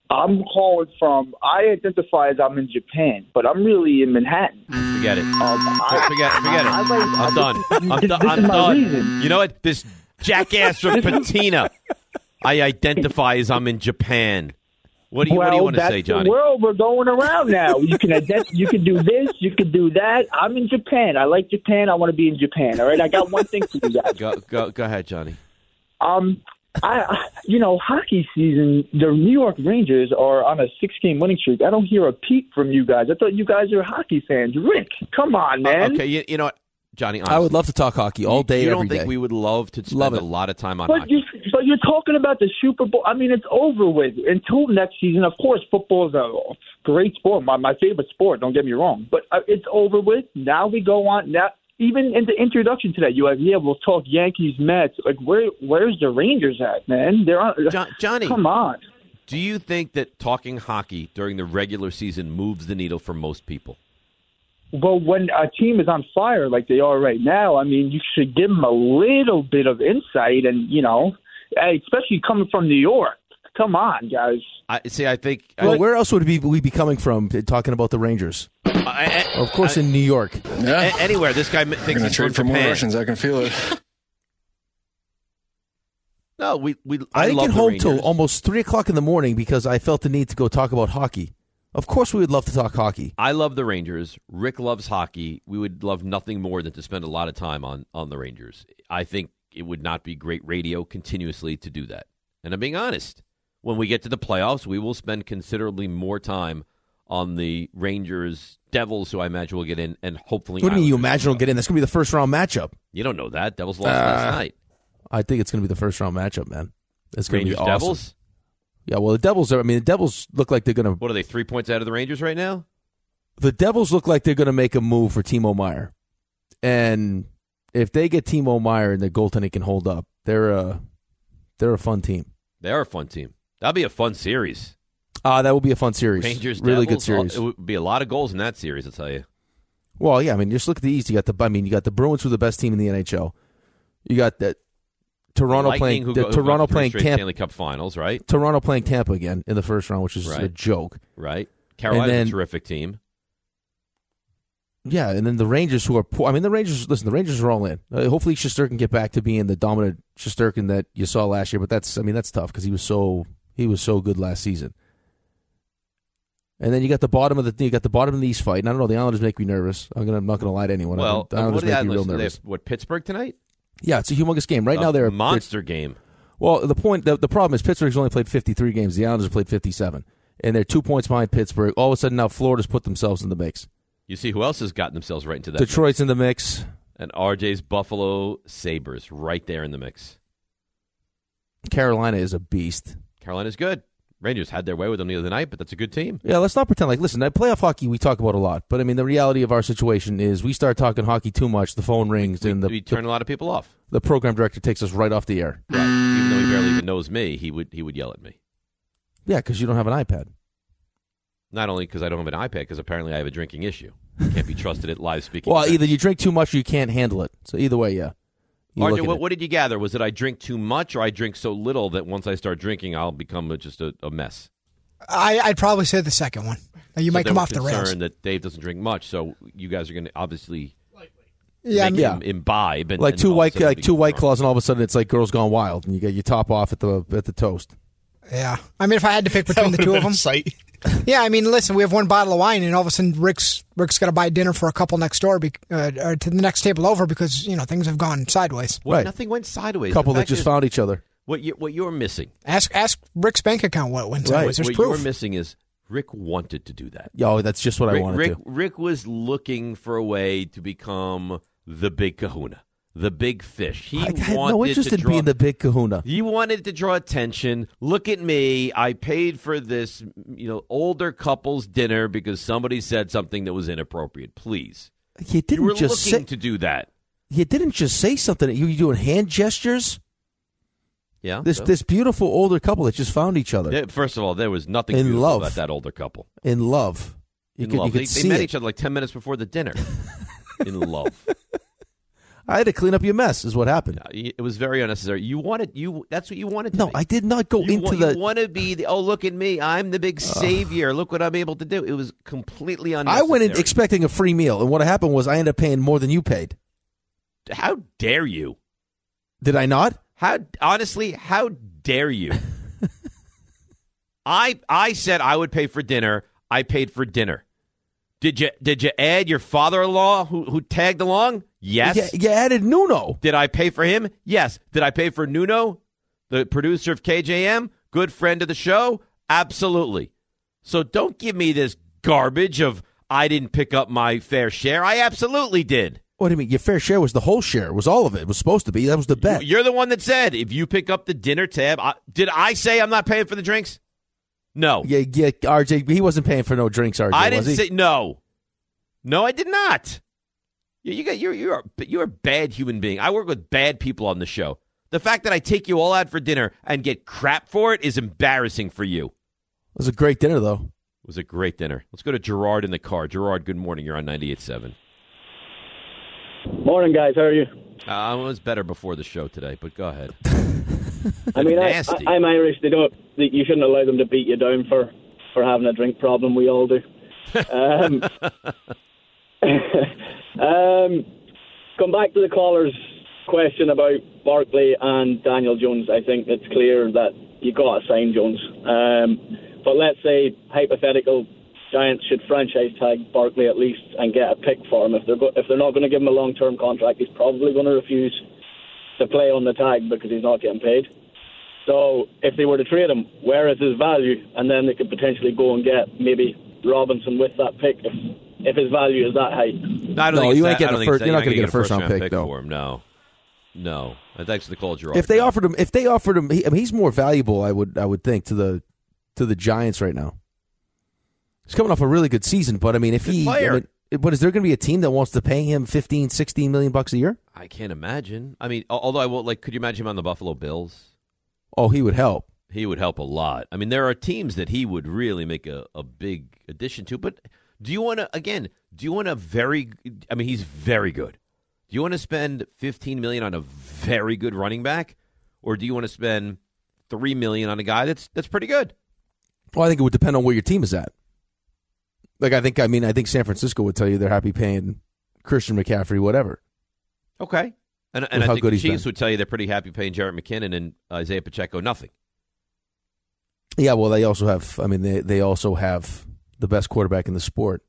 Speaker 12: I'm calling from. I identify as I'm in Japan, but I'm really in Manhattan. Um,
Speaker 2: Forget Mm. it.
Speaker 12: I-
Speaker 2: forget, forget it.
Speaker 12: I- I-
Speaker 2: I'm done. I'm,
Speaker 12: This-
Speaker 2: done.
Speaker 12: this
Speaker 2: I'm
Speaker 12: is my
Speaker 2: done.
Speaker 12: reason.
Speaker 2: You know what? This jackass from Patina. I identify as I'm in Japan. What do you,
Speaker 12: well,
Speaker 2: what do you want to
Speaker 12: that's
Speaker 2: say, Johnny?
Speaker 12: the world we're going around now. You can ident- you can do this, you can do that. I'm in Japan. I like Japan. I want to be in Japan. All right, I got one thing for you guys.
Speaker 2: Go, go, go ahead, Johnny.
Speaker 12: Um, I, I- you know, hockey season. The New York Rangers are on a six-game winning streak. I don't hear a peep from you guys. I thought you guys are hockey fans. Rick, come on, man.
Speaker 2: Uh, Okay, you, you know what, Johnny?
Speaker 3: I would love to talk hockey all day,
Speaker 2: You
Speaker 3: every
Speaker 2: don't think
Speaker 3: day.
Speaker 2: we would love to spend a lot of time on
Speaker 12: But
Speaker 2: hockey?
Speaker 12: you, but you're talking about the Super Bowl. I mean, it's over with until next season. Of course, football is a great sport, my my favorite sport. Don't get me wrong, but uh, it's over with. Now we go on. Now, even in the introduction to that, you have yeah, we'll talk Yankees, Mets. Like where where's the Rangers at, man? They're on.
Speaker 2: Johnny,
Speaker 12: come on.
Speaker 2: Do you think that talking hockey during the regular season moves the needle for most people?
Speaker 12: Well, when a team is on fire like they are right now, I mean, you should give them a little bit of insight, and you know, hey, especially coming from New York. Come on, guys.
Speaker 2: I see. I think.
Speaker 3: Well, where else would we be, we be coming from? uh, Talking about the Rangers, of course, in New York.
Speaker 2: Uh, A- anywhere this guy m- thinks
Speaker 3: gonna
Speaker 2: he's
Speaker 3: trade for
Speaker 2: from
Speaker 3: more
Speaker 2: Japan.
Speaker 3: Russians,
Speaker 13: I can feel it.
Speaker 2: No, we we. I,
Speaker 3: I, didn't
Speaker 2: love
Speaker 3: get
Speaker 2: the
Speaker 3: home
Speaker 2: Rangers.
Speaker 3: till almost three o'clock in the morning because I felt the need to go talk about hockey. Of course, we would love to talk hockey.
Speaker 2: I love the Rangers. Rick loves hockey. We would love nothing more than to spend a lot of time on on the Rangers. I think it would not be great radio continuously to do that. And I'm being honest. When we get to the playoffs, we will spend considerably more time on the Rangers, Devils, who I imagine will get in, and hopefully.
Speaker 3: What do you mean? You
Speaker 2: Islanders.
Speaker 3: imagine we'll get in? That's gonna be the first round matchup.
Speaker 2: You don't know that. Devils lost last
Speaker 3: Uh,
Speaker 2: night.
Speaker 3: I think it's gonna be the first round matchup, man. It's gonna
Speaker 2: Rangers,
Speaker 3: be awesome.
Speaker 2: Devils?
Speaker 3: Yeah, well, the Devils are. I mean, the Devils look like they're gonna.
Speaker 2: What are they? Three points out of the Rangers right now.
Speaker 3: The Devils look like they're gonna make a move for Timo Meyer, and if they get Timo Meyer and their goaltending can hold up, they're a they're a fun team.
Speaker 2: They are a fun team. That'll be a fun series.
Speaker 3: Uh, that will be a fun series.
Speaker 2: Rangers,
Speaker 3: really good
Speaker 2: Devils, uh,
Speaker 3: series.
Speaker 2: It would be a lot of goals in that series. I'll tell you.
Speaker 3: Well, yeah, I mean, just look at the East. You got the, I mean, you got the Bruins, who are the best team in the NHL. You got that Toronto
Speaker 2: Lightning,
Speaker 3: playing
Speaker 2: who
Speaker 3: the
Speaker 2: go- who
Speaker 3: Toronto
Speaker 2: went to three
Speaker 3: playing
Speaker 2: straight
Speaker 3: Tampa.
Speaker 2: Stanley Cup Finals, right?
Speaker 3: Toronto playing Tampa again in the first round, which is a
Speaker 2: Right.
Speaker 3: joke.
Speaker 2: Right. Carolina's
Speaker 3: then-
Speaker 2: a terrific team.
Speaker 3: Yeah, and then the Rangers, who are poor. I mean, the Rangers. Listen, the Rangers are all in. Uh, hopefully, Shosturkin get back to being the dominant Shosturkin that you saw last year. But that's, I mean, that's tough because he was so he was so good last season. And then you got the bottom of the you got the bottom of the East fight. And I don't know. The Islanders make me nervous. I'm gonna I'm not gonna lie to anyone. I
Speaker 2: Well,
Speaker 3: mean, the
Speaker 2: uh,
Speaker 3: Islanders
Speaker 2: what are the
Speaker 3: make me real
Speaker 2: Islanders? They
Speaker 3: nervous.
Speaker 2: have, what Pittsburgh tonight?
Speaker 3: Yeah, it's a humongous game. Right now, they're
Speaker 2: a monster game.
Speaker 3: Well, the point, the, the problem is Pittsburgh's only played 53 games. The Islanders have played 57, and they're two points behind Pittsburgh. All of a sudden, now Florida's put themselves in the mix.
Speaker 2: You see who else has gotten themselves right into that?
Speaker 3: Detroit's in the mix.
Speaker 2: mix? and RJ's Buffalo Sabers right there in the mix.
Speaker 3: Carolina is a beast.
Speaker 2: Carolina's good. Rangers had their way with them the other night, but that's a good team.
Speaker 3: Yeah, let's not pretend like. Listen, that playoff hockey we talk about a lot, but I mean the reality of our situation is we start talking hockey too much. The phone rings and the
Speaker 2: We turn a lot of people off.
Speaker 3: the program director takes us right off the air.
Speaker 2: Right. Even though he barely even knows me, he would he would yell at me.
Speaker 3: Yeah, because you don't have an iPad.
Speaker 2: Not only because I don't have an iPad, because apparently I have a drinking issue. Can't be trusted at live speaking.
Speaker 3: Well, either you drink too much or you can't handle it. So either way, yeah. You look
Speaker 2: RJ,
Speaker 3: at
Speaker 2: what,
Speaker 3: it.
Speaker 2: what did you gather? Was it I drink too much, or I drink so little that once I start drinking, I'll become a, just a, a mess?
Speaker 6: I, I'd probably say the second one. You
Speaker 2: So
Speaker 6: might
Speaker 2: they
Speaker 6: come
Speaker 2: were
Speaker 6: off the rails.
Speaker 2: concerned That Dave doesn't drink much, so you guys are going to obviously,
Speaker 6: Yeah, I
Speaker 2: make
Speaker 6: mean-
Speaker 2: him imbibe and
Speaker 3: like
Speaker 2: and
Speaker 3: two
Speaker 2: all of a
Speaker 3: white
Speaker 2: sudden
Speaker 3: like
Speaker 2: be-
Speaker 3: two white claws, and all of a sudden it's like girls gone wild, and you get your top off at the at the toast.
Speaker 6: Yeah. I mean, if I had to pick between the two of them, yeah. I mean, listen, we have one bottle of wine, and all of a sudden, Rick's Rick's got to buy dinner for a couple next door, be, uh, or to the next table over because you know things have gone sideways.
Speaker 2: Well, Nothing went sideways. The
Speaker 3: Couple that
Speaker 2: fact
Speaker 3: just
Speaker 2: is-
Speaker 3: found each other.
Speaker 2: What you, what you're missing,
Speaker 6: Ask ask Rick's bank account what it went to. Was. There's
Speaker 2: what
Speaker 6: proof.
Speaker 2: you're missing is Rick wanted to do that.
Speaker 3: Yo, that's just what
Speaker 2: Rick,
Speaker 3: I wanted
Speaker 2: Rick,
Speaker 3: to.
Speaker 2: Rick was looking for a way to become the big Kahuna, the big fish. He
Speaker 3: I had
Speaker 2: wanted
Speaker 3: no interest
Speaker 2: to
Speaker 3: in
Speaker 2: draw,
Speaker 3: being the big kahuna.
Speaker 2: He wanted to draw attention. Look at me. I paid for this, you know, older couple's dinner because somebody said something that was inappropriate. Please.
Speaker 3: You didn't
Speaker 2: you were
Speaker 3: just
Speaker 2: looking
Speaker 3: say
Speaker 2: to do that.
Speaker 3: you didn't just say something. You were doing hand gestures.
Speaker 2: Yeah.
Speaker 3: This
Speaker 2: so-
Speaker 3: this beautiful older couple that just found each other
Speaker 2: Yeah, First of all, there was nothing
Speaker 3: In
Speaker 2: beautiful
Speaker 3: love.
Speaker 2: about that older couple.
Speaker 3: in love. You
Speaker 2: in
Speaker 3: could,
Speaker 2: love.
Speaker 3: You could
Speaker 2: they, they
Speaker 3: see
Speaker 2: met
Speaker 3: it.
Speaker 2: each other like 10 minutes before the dinner. in love.
Speaker 3: I had to clean up your mess. Is what happened.
Speaker 2: It was very unnecessary. You wanted you that's what you wanted to
Speaker 3: No,
Speaker 2: be.
Speaker 3: I did not go
Speaker 2: You
Speaker 3: into
Speaker 2: want,
Speaker 3: the.
Speaker 2: you want to be the oh look at me I'm the big savior look what I'm able to do it was completely
Speaker 3: I
Speaker 2: unnecessary.
Speaker 3: went in expecting a free meal, and what happened was I ended up paying more than you paid.
Speaker 2: how dare you
Speaker 3: Did I not?
Speaker 2: how honestly how dare you I I said I would pay for dinner I paid for dinner did you did you add your father-in-law who who tagged along yes
Speaker 3: You, you added Nuno.
Speaker 2: Did I pay for him? Yes. Did I pay for Nuno, the producer of KJM, good friend of the show? Absolutely. So don't give me this garbage of I didn't pick up my fair share. I absolutely did.
Speaker 3: What do you mean? Your fair share was the whole share. It was all of it. It was supposed to be. That was the bet.
Speaker 2: You're the one that said if you pick up the dinner tab, I, did I say I'm not paying for the drinks? No.
Speaker 3: Yeah, yeah. RJ, he wasn't paying for no drinks. RJ,
Speaker 2: I
Speaker 3: was
Speaker 2: didn't
Speaker 3: he?
Speaker 2: say no. No, I did not. You, you got you're you're a, you're a bad human being. I work with bad people on the show. The fact that I take you all out for dinner and get crap for it is embarrassing for you.
Speaker 3: It was a great dinner though.
Speaker 2: It was a great dinner. Let's go to Gerard in the car. Gerard, good morning. You're on 98.7.
Speaker 13: Morning, guys. How are you?
Speaker 2: Uh, I was better before the show today, but go ahead.
Speaker 13: I mean, I,
Speaker 2: Nasty.
Speaker 13: I, I'm Irish. They don't. They, you shouldn't allow them to beat you down for for having a drink problem. We all do. Um, um, come back to the caller's question about Barkley and Daniel Jones. I think it's clear that you got to sign Jones. Um, but let's say hypothetical Giants should franchise tag Barkley at least and get a pick for him. If they're go- if they're not going to give him a long term contract, he's probably going to refuse to play on the tag because he's not getting paid. So if they were to trade him, where is his value? And then they could potentially go and get maybe Robinson with that pick if, if his value is that high.
Speaker 2: I
Speaker 3: No,
Speaker 2: think it's
Speaker 3: you ain't
Speaker 2: that-
Speaker 3: getting
Speaker 2: I
Speaker 3: a
Speaker 2: don't think
Speaker 3: first-
Speaker 2: it's that.
Speaker 3: you're not gonna get a
Speaker 2: gonna
Speaker 3: first-round
Speaker 2: first-round
Speaker 3: pick, no.
Speaker 2: for him. No, no. And Thanks for the call, Gerard.
Speaker 3: If they offered him, if they offered him, he, I mean, he's more valuable. I would, I would think to the to the Giants right now. He's coming off a really good season, but I mean, if he,
Speaker 2: player.
Speaker 3: I mean, but is there going to be a team that wants to pay him 15, 16 million bucks a year?
Speaker 2: I can't imagine. I mean, al- although I will, like, could you imagine him on the Buffalo Bills?
Speaker 3: Oh, he would help.
Speaker 2: He would help a lot. I mean, there are teams that he would really make a, a big addition to. But do you want to, again, do you want a very, I mean, he's very good. Do you want to spend $15 million on a very good running back? Or do you want to spend $3 million on a guy that's that's pretty good?
Speaker 3: Well, I think it would depend on where your team is at. Like, I think, I mean, I think San Francisco would tell you they're happy paying Christian McCaffrey whatever.
Speaker 2: Okay. And,
Speaker 3: With
Speaker 2: and I
Speaker 3: how
Speaker 2: think
Speaker 3: good
Speaker 2: the
Speaker 3: he's been.
Speaker 2: Chiefs would tell you they're pretty happy paying Jarrett McKinnon and Isaiah Pacheco nothing.
Speaker 3: Yeah, well, they also have. I mean, they they also have the best quarterback in the sport.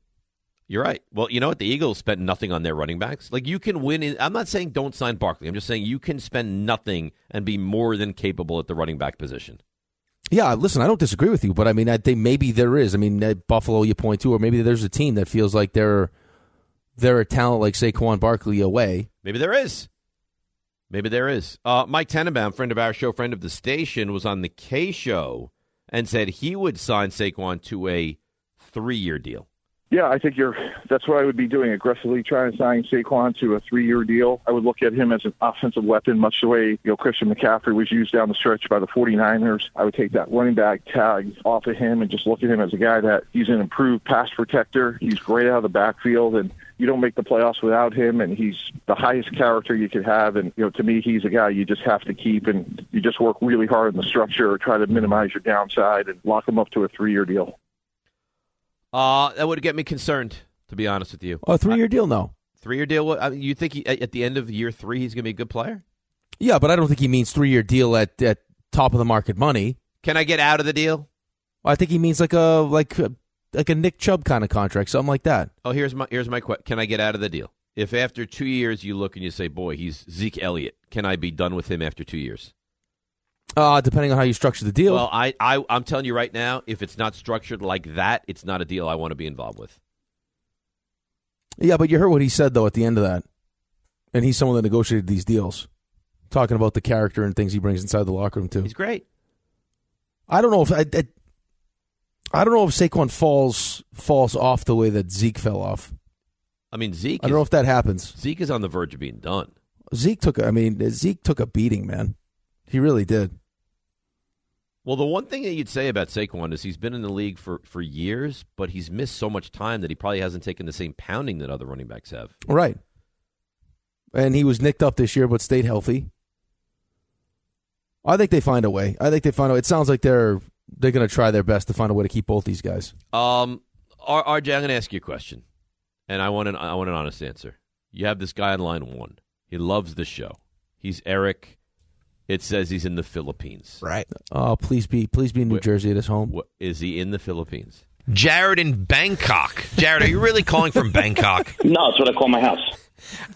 Speaker 2: You're right. Well, you know what? The Eagles spent nothing on their running backs. Like you can win. In, I'm not saying don't sign Barkley. I'm just saying you can spend nothing and be more than capable at the running back position.
Speaker 3: Yeah, listen, I don't disagree with you, but I mean, I think maybe there is. I mean, at Buffalo, you point to, or maybe there's a team that feels like they're they're a talent like Saquon Barkley away.
Speaker 2: Maybe there is. Maybe there is. Uh, Mike Tenenbaum, friend of our show, friend of the station, was on the K show and said he would sign Saquon to a three-year deal.
Speaker 14: Yeah, I think you're. That's what I would be doing aggressively, trying to sign Saquon to a three-year deal. I would look at him as an offensive weapon, much the way you know Christian McCaffrey was used down the stretch by the 49ers. I would take that running back tag off of him and just look at him as a guy that he's an improved pass protector. He's great out of the backfield, and you don't make the playoffs without him. And he's the highest character you could have. And you know, to me, he's a guy you just have to keep, and you just work really hard in the structure, try to minimize your downside, and lock him up to a three-year deal.
Speaker 2: Uh, that would get me concerned, to be honest with you.
Speaker 3: A three year deal, no.
Speaker 2: Three-year deal. what- I mean, you think he, at at the end of year three he's going to be a good player?
Speaker 3: Yeah, but I don't think he means three year deal at at top of the market money.
Speaker 2: Can I get out of the deal?
Speaker 3: I think he means like a like a, like a Nick Chubb kind of contract, something like that.
Speaker 2: Oh, here's my here's my question. Can I get out of the deal? If after two years you look and you say, "Boy, he's Zeke Elliott," can I be done with him after two years?
Speaker 3: Uh, depending on how you structure the deal.
Speaker 2: Well, I, I I'm telling you right now, if it's not structured like that, it's not a deal I want to be involved with.
Speaker 3: yeah, but you heard what he said though at the end of that, and he's someone that negotiated these deals, talking about the character and things he brings inside the locker room too. He's
Speaker 2: great.
Speaker 3: I don't know if I, I, I don't know if Saquon falls falls off the way that Zeke fell off.
Speaker 2: I mean, Zeke.
Speaker 3: I don't know
Speaker 2: is-
Speaker 3: if that happens.
Speaker 2: Zeke is on the verge of being done.
Speaker 3: Zeke took. a- I mean, Zeke took a beating, man. He really did.
Speaker 2: Well, the one thing that you'd say about Saquon is he's been in the league for, for years, but he's missed so much time that he probably hasn't taken the same pounding that other running backs have.
Speaker 3: Right. And he was nicked up this year, but stayed healthy. I think they find a way. I think they find a way. It sounds like they're they're going to try their best to find a way to keep both these guys.
Speaker 2: Um, R- RJ, I'm going to ask you a question, and I want an I want an honest answer. You have this guy in line one. He loves the show. He's Eric. It says he's in the Philippines.
Speaker 3: Right. Oh, please be please be in New Jersey at his home.
Speaker 2: What is he in the Philippines?
Speaker 10: Jared in Bangkok. Jared, are you really calling from Bangkok?
Speaker 11: No, it's what I call my house.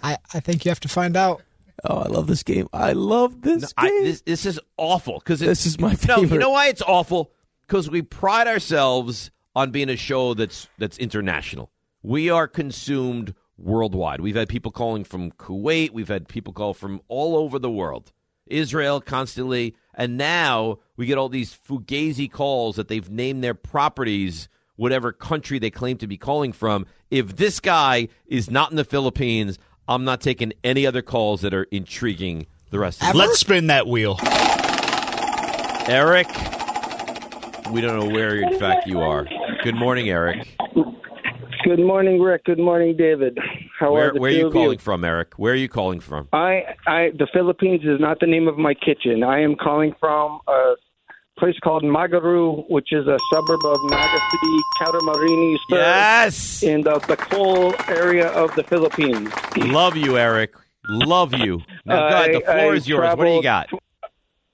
Speaker 6: I, I think you have to find out.
Speaker 3: Oh, I love this game. I love this
Speaker 2: game. this, this is awful because
Speaker 3: This is my
Speaker 2: No, you
Speaker 3: favorite.
Speaker 2: know why it's awful? Because we pride ourselves on being a show that's that's international. We are consumed worldwide. We've had people calling from Kuwait. We've had people call from all over the world, Israel constantly, and now we get all these fugazi calls that they've named their properties whatever country they claim to be calling from. If this guy is not in the Philippines, I'm not taking any other calls that are intriguing. The rest. of the
Speaker 4: Let's spin that wheel.
Speaker 2: Eric, we don't know where, in fact, you are. Good morning, Eric.
Speaker 15: Good morning, Rick. Good morning, David. How are
Speaker 2: Where,
Speaker 15: the
Speaker 2: where are
Speaker 15: two
Speaker 2: you
Speaker 15: of
Speaker 2: calling from, Eric? Where are you calling from?
Speaker 15: I, I, the Philippines is not the name of my kitchen. I am calling from a place called Magaru, which is a suburb of Naga City, Catamarini,
Speaker 2: yes,
Speaker 15: in the Bacol area of the Philippines.
Speaker 2: Love you, Eric. Love you. Now, God, the
Speaker 15: I-
Speaker 2: floor
Speaker 15: I
Speaker 2: is yours. What do you
Speaker 15: traveled-
Speaker 2: got?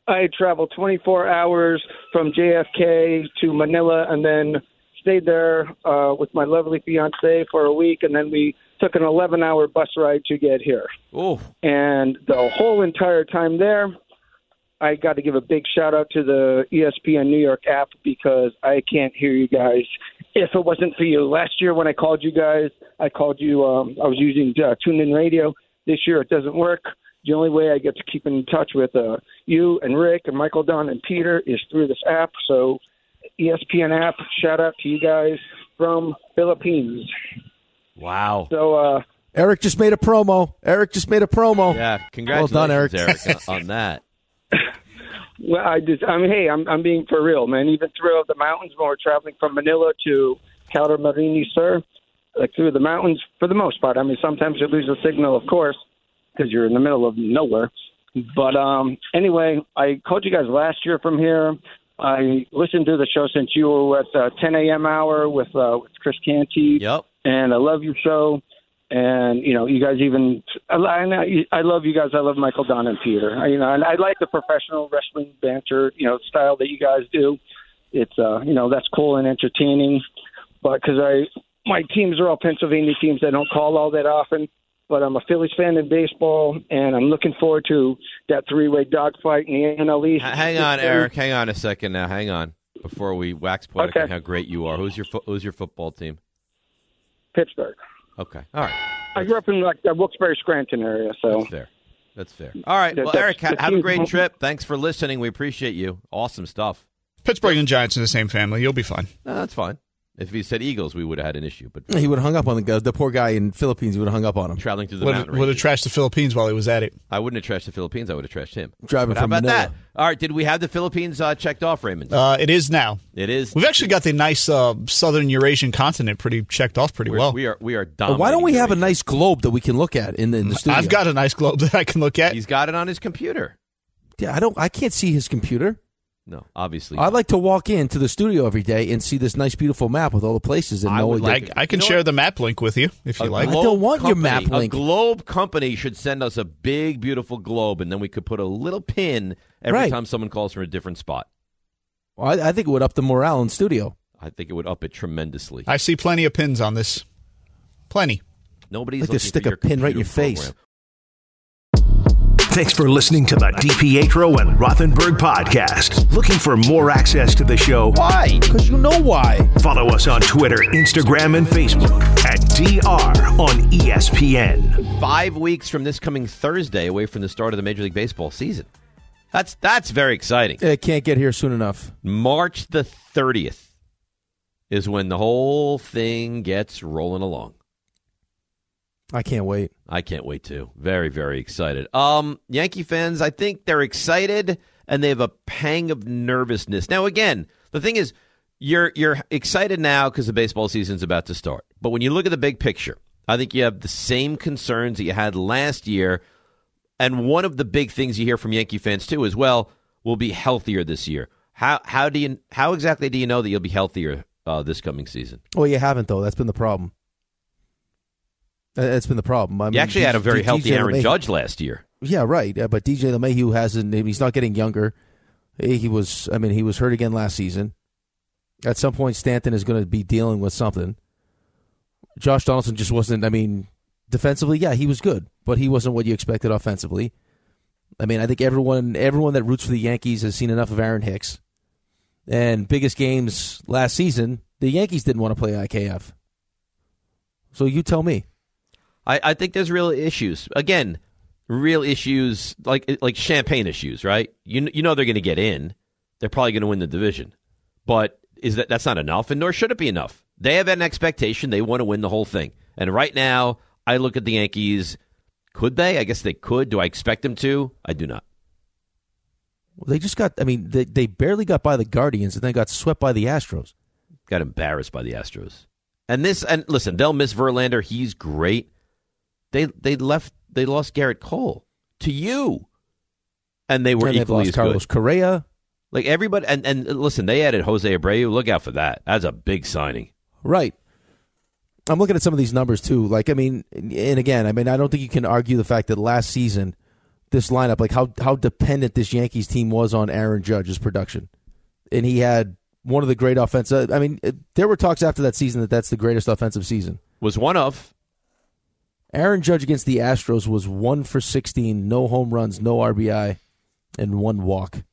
Speaker 15: I traveled 24 hours from JFK to Manila and then stayed there uh, with my lovely fiance for a week. And then we took an 11 hour bus ride to get here.
Speaker 2: Oh.
Speaker 15: And the whole entire time there, I got to give a big shout out to the E ESPN New York app because I can't hear you guys. If it wasn't for you last year when I called you guys, I called you. Um, I was using uh, TuneIn Radio. This year it doesn't work. The only way I get to keep in touch with uh, you and Rick and Michael Dunn and Peter is through this app. So, E ESPN app. Shout out to you guys from Philippines.
Speaker 2: Wow.
Speaker 15: So, uh,
Speaker 3: Eric just made a promo. Eric just made a promo.
Speaker 2: Yeah,
Speaker 15: congratulations,
Speaker 3: Well done, Eric.
Speaker 2: Eric, uh, on that.
Speaker 15: Well, I just, I mean, hey, I'm, I'm being for real, man. Even throughout the mountains when we're traveling from Manila to Calamarini, sir, like through the mountains for the most part. I mean, sometimes you lose the signal, of course, because you're in the middle of nowhere. But um, anyway, I called you guys last year from here. I listened to the show since you were at uh, 10 a.m. hour with uh, with Chris Canty.
Speaker 2: Yep.
Speaker 15: And I love your show. And you know, you guys even I, I I love you guys. I love Michael Don and Peter. I, you know, and I like the professional wrestling banter, you know, style that you guys do. It's uh, you know, that's cool and entertaining. But because I my teams are all Pennsylvania teams, I don't call all that often. But I'm a Phillies fan in baseball, and I'm looking forward to that three-way dogfight in the NL East.
Speaker 2: H- Hang on, Eric. Hang on a second now. Hang on. Before we wax poetic on how great you are, who's your fo- who's your football team?
Speaker 15: Pittsburgh.
Speaker 2: Okay, Oh, all right,
Speaker 15: I grew up in like the Wilkes-Barre Scranton area, so
Speaker 2: that's fair. That's fair. All right,
Speaker 15: Yeah,
Speaker 2: well,
Speaker 15: that's-
Speaker 2: Eric, ha-
Speaker 15: that's
Speaker 2: have a
Speaker 15: huge.
Speaker 2: great trip. Thanks for listening. We appreciate you. Awesome stuff.
Speaker 4: Pittsburgh and Giants in the same family. You'll be fine.
Speaker 2: No, that's fine. If he said Eagles, we would have had an issue. But
Speaker 3: He would have hung up on the guy. The poor guy in Philippines. He would have hung up on him.
Speaker 2: traveling through the
Speaker 4: Would
Speaker 2: mountain
Speaker 4: have, would have trashed the Philippines while he was at it.
Speaker 2: I wouldn't have trashed the Philippines. I would have trashed him.
Speaker 3: Driving
Speaker 2: But how
Speaker 3: from
Speaker 2: about
Speaker 3: Manila.
Speaker 2: that? All right. Did we have the Philippines uh, checked off, Raymond?
Speaker 4: Uh, it is now.
Speaker 2: It is.
Speaker 4: We've actually got the nice uh, southern Eurasian continent pretty checked off pretty well.
Speaker 2: we are we are
Speaker 3: Uh,
Speaker 2: dominating.
Speaker 3: Why don't we have a nice globe that we can look at in the, in the studio?
Speaker 4: I've got a nice globe that I can look at.
Speaker 2: He's got it on his computer.
Speaker 3: Yeah, I don't. I can't see his computer.
Speaker 2: No, obviously.
Speaker 3: I'd like to walk into the studio every day and see this nice, beautiful map with all the places and know
Speaker 4: I,
Speaker 3: it-
Speaker 4: I can share the map link with you if you
Speaker 2: A
Speaker 4: like.
Speaker 3: I don't want your map
Speaker 2: company-
Speaker 3: link.
Speaker 2: A globe company should send us a big, beautiful globe, and then we could put a little pin every
Speaker 3: Right.
Speaker 2: time someone calls from a different spot.
Speaker 3: Well, I, I think it would up the morale in studio.
Speaker 2: I think it would up it tremendously.
Speaker 4: I see plenty of pins on this. Plenty.
Speaker 2: Nobody's
Speaker 3: Like to
Speaker 2: looking for
Speaker 3: stick a
Speaker 2: your
Speaker 3: pin right in
Speaker 2: computer
Speaker 3: your face.
Speaker 2: program.
Speaker 9: Thanks for listening to the DPetro and Rothenberg podcast. Looking for more access to the show? Why? Because you know why. Follow us on Twitter, Instagram, and Facebook at DR on
Speaker 3: E
Speaker 9: ESPN.
Speaker 2: Five weeks from this coming Thursday away from the start of the Major League Baseball season. That's that's very exciting.
Speaker 3: It can't get here soon enough.
Speaker 2: March the 30th is when the whole thing gets rolling along.
Speaker 3: I can't wait.
Speaker 2: I can't wait to. Very, very excited. Um, Yankee fans, I think they're excited and they have a pang of nervousness. Now, again, the thing is, you're you're excited now because the baseball season's about to start. But when you look at the big picture, I think you have the same concerns that you had last year. And one of the big things you hear from Yankee fans too is, well, we'll be healthier this year. How how do you how exactly do you know that you'll be healthier uh, this coming season?
Speaker 3: Well, you haven't though. That's been the problem. That- That's been the problem. I mean,
Speaker 2: you actually had a
Speaker 3: D-
Speaker 2: very
Speaker 3: D-
Speaker 2: healthy
Speaker 3: DJ
Speaker 2: Aaron
Speaker 3: LeMahieu-
Speaker 2: Judge last year.
Speaker 3: Yeah, right. Uh, but DJ LeMahieu hasn't. He's not getting younger. He he was. I mean, he was hurt again last season. At some point, Stanton is going to be dealing with something. Josh Donaldson just wasn't. I mean, defensively, yeah, he was good, but he wasn't what you expected offensively. I mean, I think everyone everyone that roots for the Yankees has seen enough of Aaron Hicks. And biggest games last season, the Yankees didn't want to play IKF. So you tell me.
Speaker 2: I, I think there's real issues. Again, real issues like like champagne issues, right? You kn- you know they're going to get in. They're probably going to win the division, but is that that's not enough, and nor should it be enough. They have an expectation. They want to win the whole thing. And right now, I look at the Yankees. Could they? I guess they could. Do I expect them to? I do not.
Speaker 3: Well, They just got. I mean, they, they barely got by the Guardians, and then got swept by the Astros.
Speaker 2: Got embarrassed by the Astros. And this and listen, they'll miss Verlander. He's great. They they left. They lost Garrett Cole to you, and they were
Speaker 3: And they've
Speaker 2: equally
Speaker 3: lost
Speaker 2: as
Speaker 3: Carlos
Speaker 2: good.
Speaker 3: Correa.
Speaker 2: Like everybody, and, and listen, they added Jose Abreu. Look out for that. That's a big signing.
Speaker 3: Right. I'm looking at some of these numbers too. Like, I mean, and again, I mean, I don't think you can argue the fact that last season, this lineup, like how how dependent this Yankees team was on Aaron Judge's production, and he had one of the great offensive. I mean, it, there were talks after that season that that's the greatest offensive season.
Speaker 2: Was one of
Speaker 3: Aaron Judge against the Astros was one for 16, no home runs, no RBI, and one walk.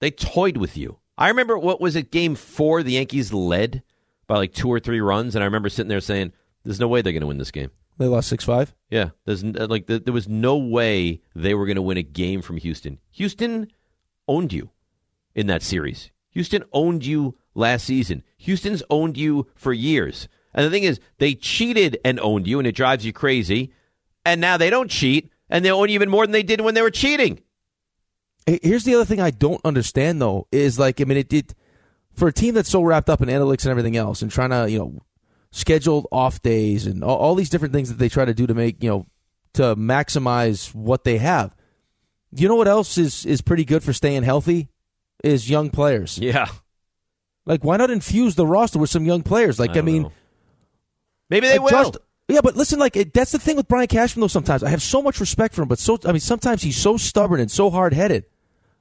Speaker 2: they toyed with you. I remember what was it? Game four, the Yankees led by like two or three runs, and I remember sitting there saying, "There's no way they're going to win this game."
Speaker 3: They lost six five.
Speaker 2: Yeah, there's n- uh, like th- there was no way they were going to win a game from Houston. Houston owned you in that series. Houston owned you last season. Houston's owned you for years. And the thing is, they cheated and owned you, and it drives you crazy. And now they don't cheat, and they own you even more than they did when they were cheating.
Speaker 3: Hey, Here's the other thing I don't understand though is like I mean it did for a team that's so wrapped up in analytics and everything else and trying to you know scheduled off days and all, all these different things that they try to do to make you know to maximize what they have. You know what else is is pretty good for staying healthy is young players.
Speaker 2: Yeah.
Speaker 3: Like why not infuse the roster with some young players? Like I, mean.
Speaker 2: Maybe they
Speaker 3: Like, Josh-
Speaker 2: will.
Speaker 3: yeah, but listen, like it, that's the thing with Brian Cashman though. Sometimes I have so much respect for him, but so I mean, sometimes he's so stubborn and so hard headed.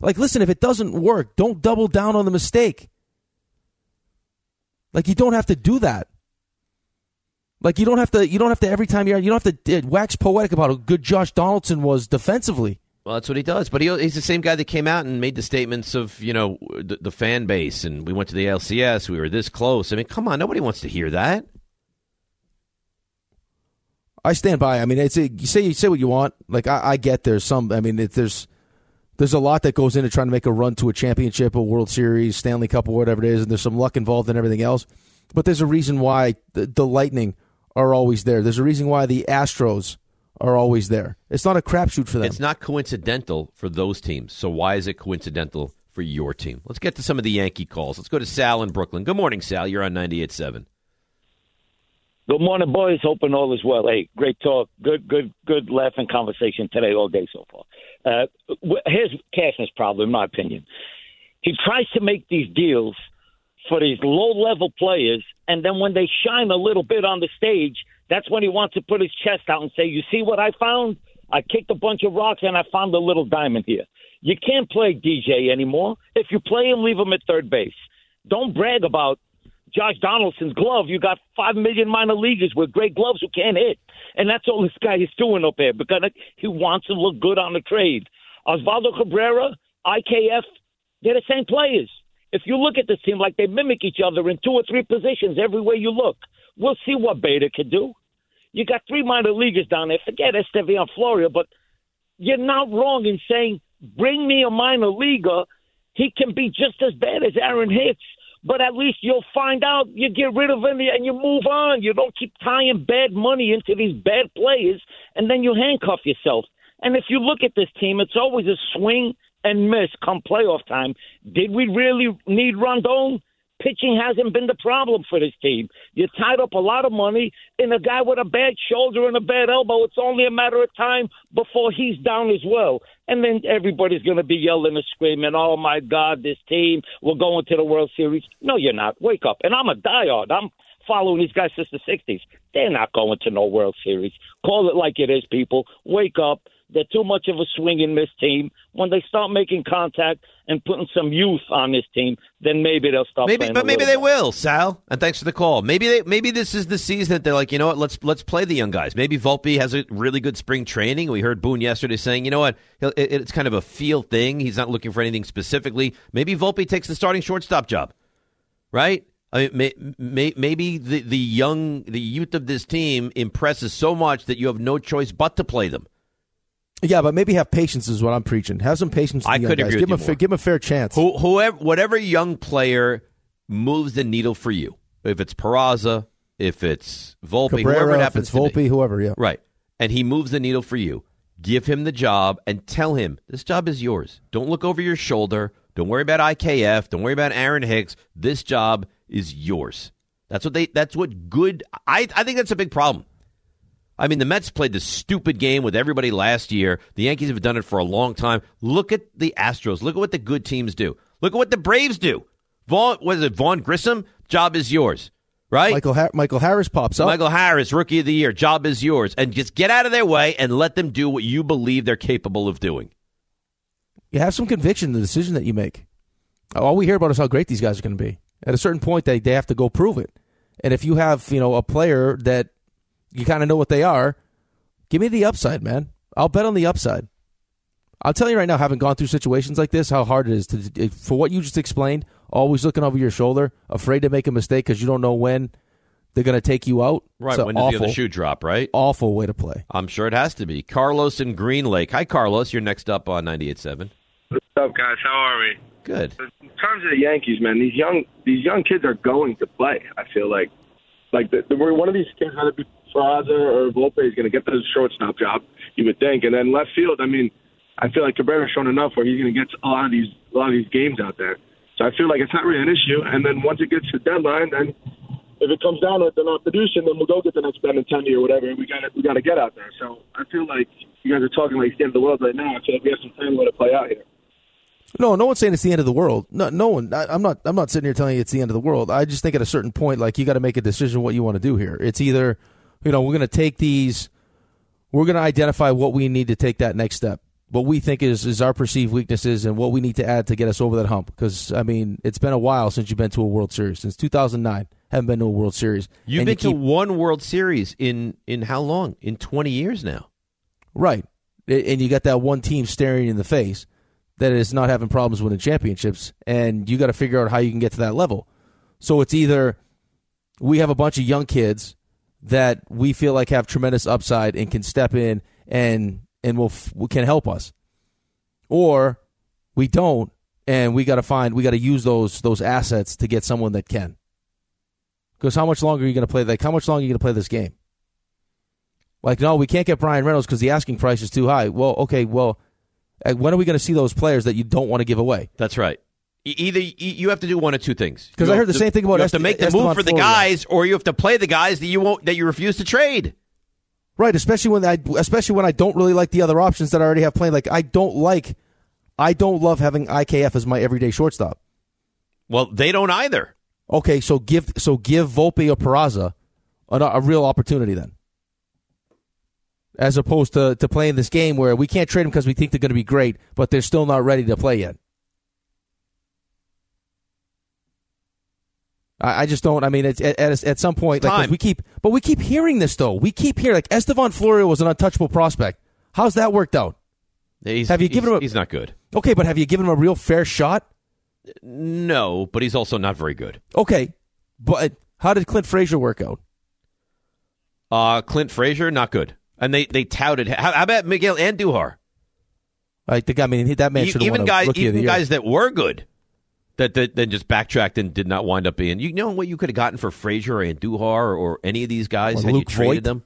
Speaker 3: Like, listen, if it doesn't work, don't double down on the mistake. Like, you don't have to do that. Like, you don't have to. You don't have to every time you're. You don't have to uh, wax poetic about how good Josh Donaldson was defensively.
Speaker 2: Well, that's what he does. But he, he's the same guy that came out and made the statements of, you know, the, the fan base and we went to the LCS, we were this close. I mean, come on, nobody wants to hear that.
Speaker 3: I stand by. I mean, it's a, you say you say what you want. Like I, I get there's some. I mean, it, there's there's a lot that goes into trying to make a run to a championship, a World Series, Stanley Cup, or whatever it is, and there's some luck involved and everything else. But there's a reason why the, the Lightning are always there. There's a reason why the Astros are always there. It's not a crapshoot for them.
Speaker 2: It's not coincidental for those teams. So why is it coincidental for your team? Let's get to some of the Yankee calls. Let's go to Sal in Brooklyn. Good morning, Sal. You're on 98.7.
Speaker 16: Good morning, boys. Hoping all is well. Hey, great talk. Good, good, good laughing conversation today, all day so far. Uh, wh- here's Cashman's problem, in my opinion. He tries to make these deals for these low level players, and then when they shine a little bit on the stage, that's when he wants to put his chest out and say, You see what I found? I kicked a bunch of rocks and I found a little diamond here. You can't play DJ anymore. If you play him, leave him at third base. Don't brag about Josh Donaldson's glove. You got five million minor leaguers with great gloves who can't hit, and that's all this guy is doing up there because he wants to look good on the trade. Osvaldo Cabrera, IKF, they're the same players. If you look at this team, like they mimic each other in two or three positions everywhere you look. We'll see what Beta can do. You got three minor leaguers down there. Forget Estevan Florio, but you're not wrong in saying bring me a minor leaguer. He can be just as bad as Aaron Hicks, but at least you'll find out. You get rid of him and you move on. You don't keep tying bad money into these bad players, and then you handcuff yourself. And if you look at this team, it's always a swing and miss come playoff time. Did we really need Rondon? Pitching hasn't been the problem for this team. You tied up a lot of money in a guy with a bad shoulder and a bad elbow. It's only a matter of time before he's down as well. And then everybody's going to be yelling and screaming, oh my God, this team, we're going to the World Series. No, you're not. Wake up. And I'm a diehard. I'm following these guys since the 60s. They're not going to no World Series. Call it like it is, people. Wake up. They're too much of a swing and miss team. When they start making contact and putting some youth on this team, then maybe they'll stop.
Speaker 2: Maybe,
Speaker 16: playing
Speaker 2: but
Speaker 16: a
Speaker 2: maybe
Speaker 16: little
Speaker 2: they
Speaker 16: better.
Speaker 2: will, Sal. And thanks for the call. Maybe they, maybe this is the season that they're like, you know what? Let's let's play the young guys. Maybe Volpe has a really good spring training. We heard Boone yesterday saying, you know what? He'll, it, it's kind of a feel thing. He's not looking for anything specifically. Maybe Volpe takes the starting shortstop job, right? I mean, may, may, maybe the, the young the youth of this team impresses so much that you have no choice but to play them.
Speaker 3: Yeah, but maybe have patience is what I'm preaching. Have some patience. With
Speaker 2: I
Speaker 3: the young
Speaker 2: could
Speaker 3: guys.
Speaker 2: agree
Speaker 3: give them
Speaker 2: with you
Speaker 3: a, fa-
Speaker 2: more.
Speaker 3: give them a fair chance.
Speaker 2: Who, whoever, whatever young player moves the needle for you, if it's Peraza, if it's Volpe, whoever
Speaker 3: Cabrera,
Speaker 2: it
Speaker 3: if
Speaker 2: happens
Speaker 3: it's
Speaker 2: to be,
Speaker 3: Volpe, whoever. Yeah,
Speaker 2: right? And he moves the needle for you. Give him the job and tell him this job is yours. Don't look over your shoulder. Don't worry about IKF. Don't worry about Aaron Hicks. This job is yours. That's what they. That's what good. I I think that's a big problem. I mean, the Mets played this stupid game with everybody last year. The Yankees have done it for a long time. Look at the Astros. Look at what the good teams do. Look at what the Braves do. Vaughn, was it Vaughn Grissom? Job is yours, right?
Speaker 3: Michael ha- Michael Harris pops up.
Speaker 2: Michael Harris, rookie of the year. Job is yours. And just get out of their way and let them do what you believe they're capable of doing.
Speaker 3: You have some conviction in the decision that you make. All we hear about is how great these guys are going to be. At a certain point, they, they have to go prove it. And if you have you know a player that you kind of know what they are, give me the upside, man. I'll bet on the upside. I'll tell you right now, having gone through situations like this, how hard it is to for what you just explained. Always looking over your shoulder, afraid to make a mistake because you don't know when they're going to take you out.
Speaker 2: Right.
Speaker 3: It's an
Speaker 2: when
Speaker 3: awful,
Speaker 2: does the other shoe drop, right?
Speaker 3: awful way to play.
Speaker 2: I'm sure it has to be. Carlos in Green Lake. Hi, Carlos. You're next up on 98.7.
Speaker 17: What's up, guys? How are we?
Speaker 2: Good.
Speaker 17: In terms of the Yankees, man, these young these young kids are going to play. I feel like like the, the, one of these kids, whether it be Peraza or Volpe, is going to get the shortstop job. You would think, and then left field. I mean, I feel like Cabrera's shown enough where he's going to get a lot of these a lot of these games out there. So I feel like it's not really an issue. And then once it gets to the deadline, then if it comes down to it, they're not producing, then we'll go get the next Ben and Tendi or whatever. We got to we got to get out there. So I feel like you guys are talking like it's the end of the world right now. I feel like we have some time to let it play out here.
Speaker 3: No, no one's saying it's the end of the world. No, no one. I, I'm not. I'm not sitting here telling you it's the end of the world. I just think at a certain point, like you got to make a decision what you want to do here. It's either, you know, we're going to take these, we're going to identify what we need to take that next step, what we think is is our perceived weaknesses and what we need to add to get us over that hump. Because I mean, it's been a while since you've been to a World Series since 2009. Haven't been to a World Series.
Speaker 2: You've
Speaker 3: And
Speaker 2: been
Speaker 3: you keep-
Speaker 2: to one World Series in in how long? In 20 years now.
Speaker 3: Right. A- And you got that one team staring you in the face that is not having problems winning championships, and you got to figure out how you can get to that level. So it's either we have a bunch of young kids that we feel like have tremendous upside and can step in and and will f- can help us, or we don't, and we got to find we got to use those those assets to get someone that can. Because how much longer are you going to play? Like how much longer are you going to play this game? Like, no, we can't get Brian Reynolds because the asking price is too high. Well, okay, well, uh, when are we going to see those players that you don't want to give away?
Speaker 2: That's right. E- Either y- you have to do one of two things.
Speaker 3: 'Cause
Speaker 2: You
Speaker 3: I heard
Speaker 2: have
Speaker 3: the
Speaker 2: to-
Speaker 3: same thing about
Speaker 2: you have to
Speaker 3: Est-
Speaker 2: make the move
Speaker 3: Esteban
Speaker 2: for the
Speaker 3: Florio.
Speaker 2: guys, or you have to play the guys that you won't that you refuse to trade.
Speaker 3: Right, especially when I especially when I don't really like the other options that I already have playing. Like I don't like, I don't love having IKF as my everyday shortstop.
Speaker 2: Well, they don't either.
Speaker 3: Okay, so give so give Volpe or Peraza a, a real opportunity then, as opposed to to playing this game where we can't trade them because we think they're going to be great, but they're still not ready to play yet. I, I just don't. I mean, it's at at, at some point, like 'cause
Speaker 2: time.
Speaker 3: we keep, but we keep hearing this though. We keep hearing like Estevan Florio was an untouchable prospect. How's that worked out?
Speaker 2: He's,
Speaker 3: Have you
Speaker 2: he's-
Speaker 3: given him a-
Speaker 2: He's not good.
Speaker 3: Okay, but have you given him a real fair shot?
Speaker 2: No, but he's also not very good.
Speaker 3: Okay, but how did Clint Frazier work out?
Speaker 2: Uh, Clint Frazier, not good. And they they touted. How, how about Miguel and Duhar?
Speaker 3: Like the guy, I mean, that man
Speaker 2: E-
Speaker 3: should have won
Speaker 2: even
Speaker 3: a
Speaker 2: guys,
Speaker 3: Rookie of the
Speaker 2: even
Speaker 3: Year.
Speaker 2: guys that were good, that that then just backtracked and did not wind up being. You know what you could have gotten for Frazier and Duhar or, or any of these guys
Speaker 9: Or
Speaker 2: had
Speaker 9: Luke
Speaker 2: you traded
Speaker 9: Voigt?
Speaker 2: them.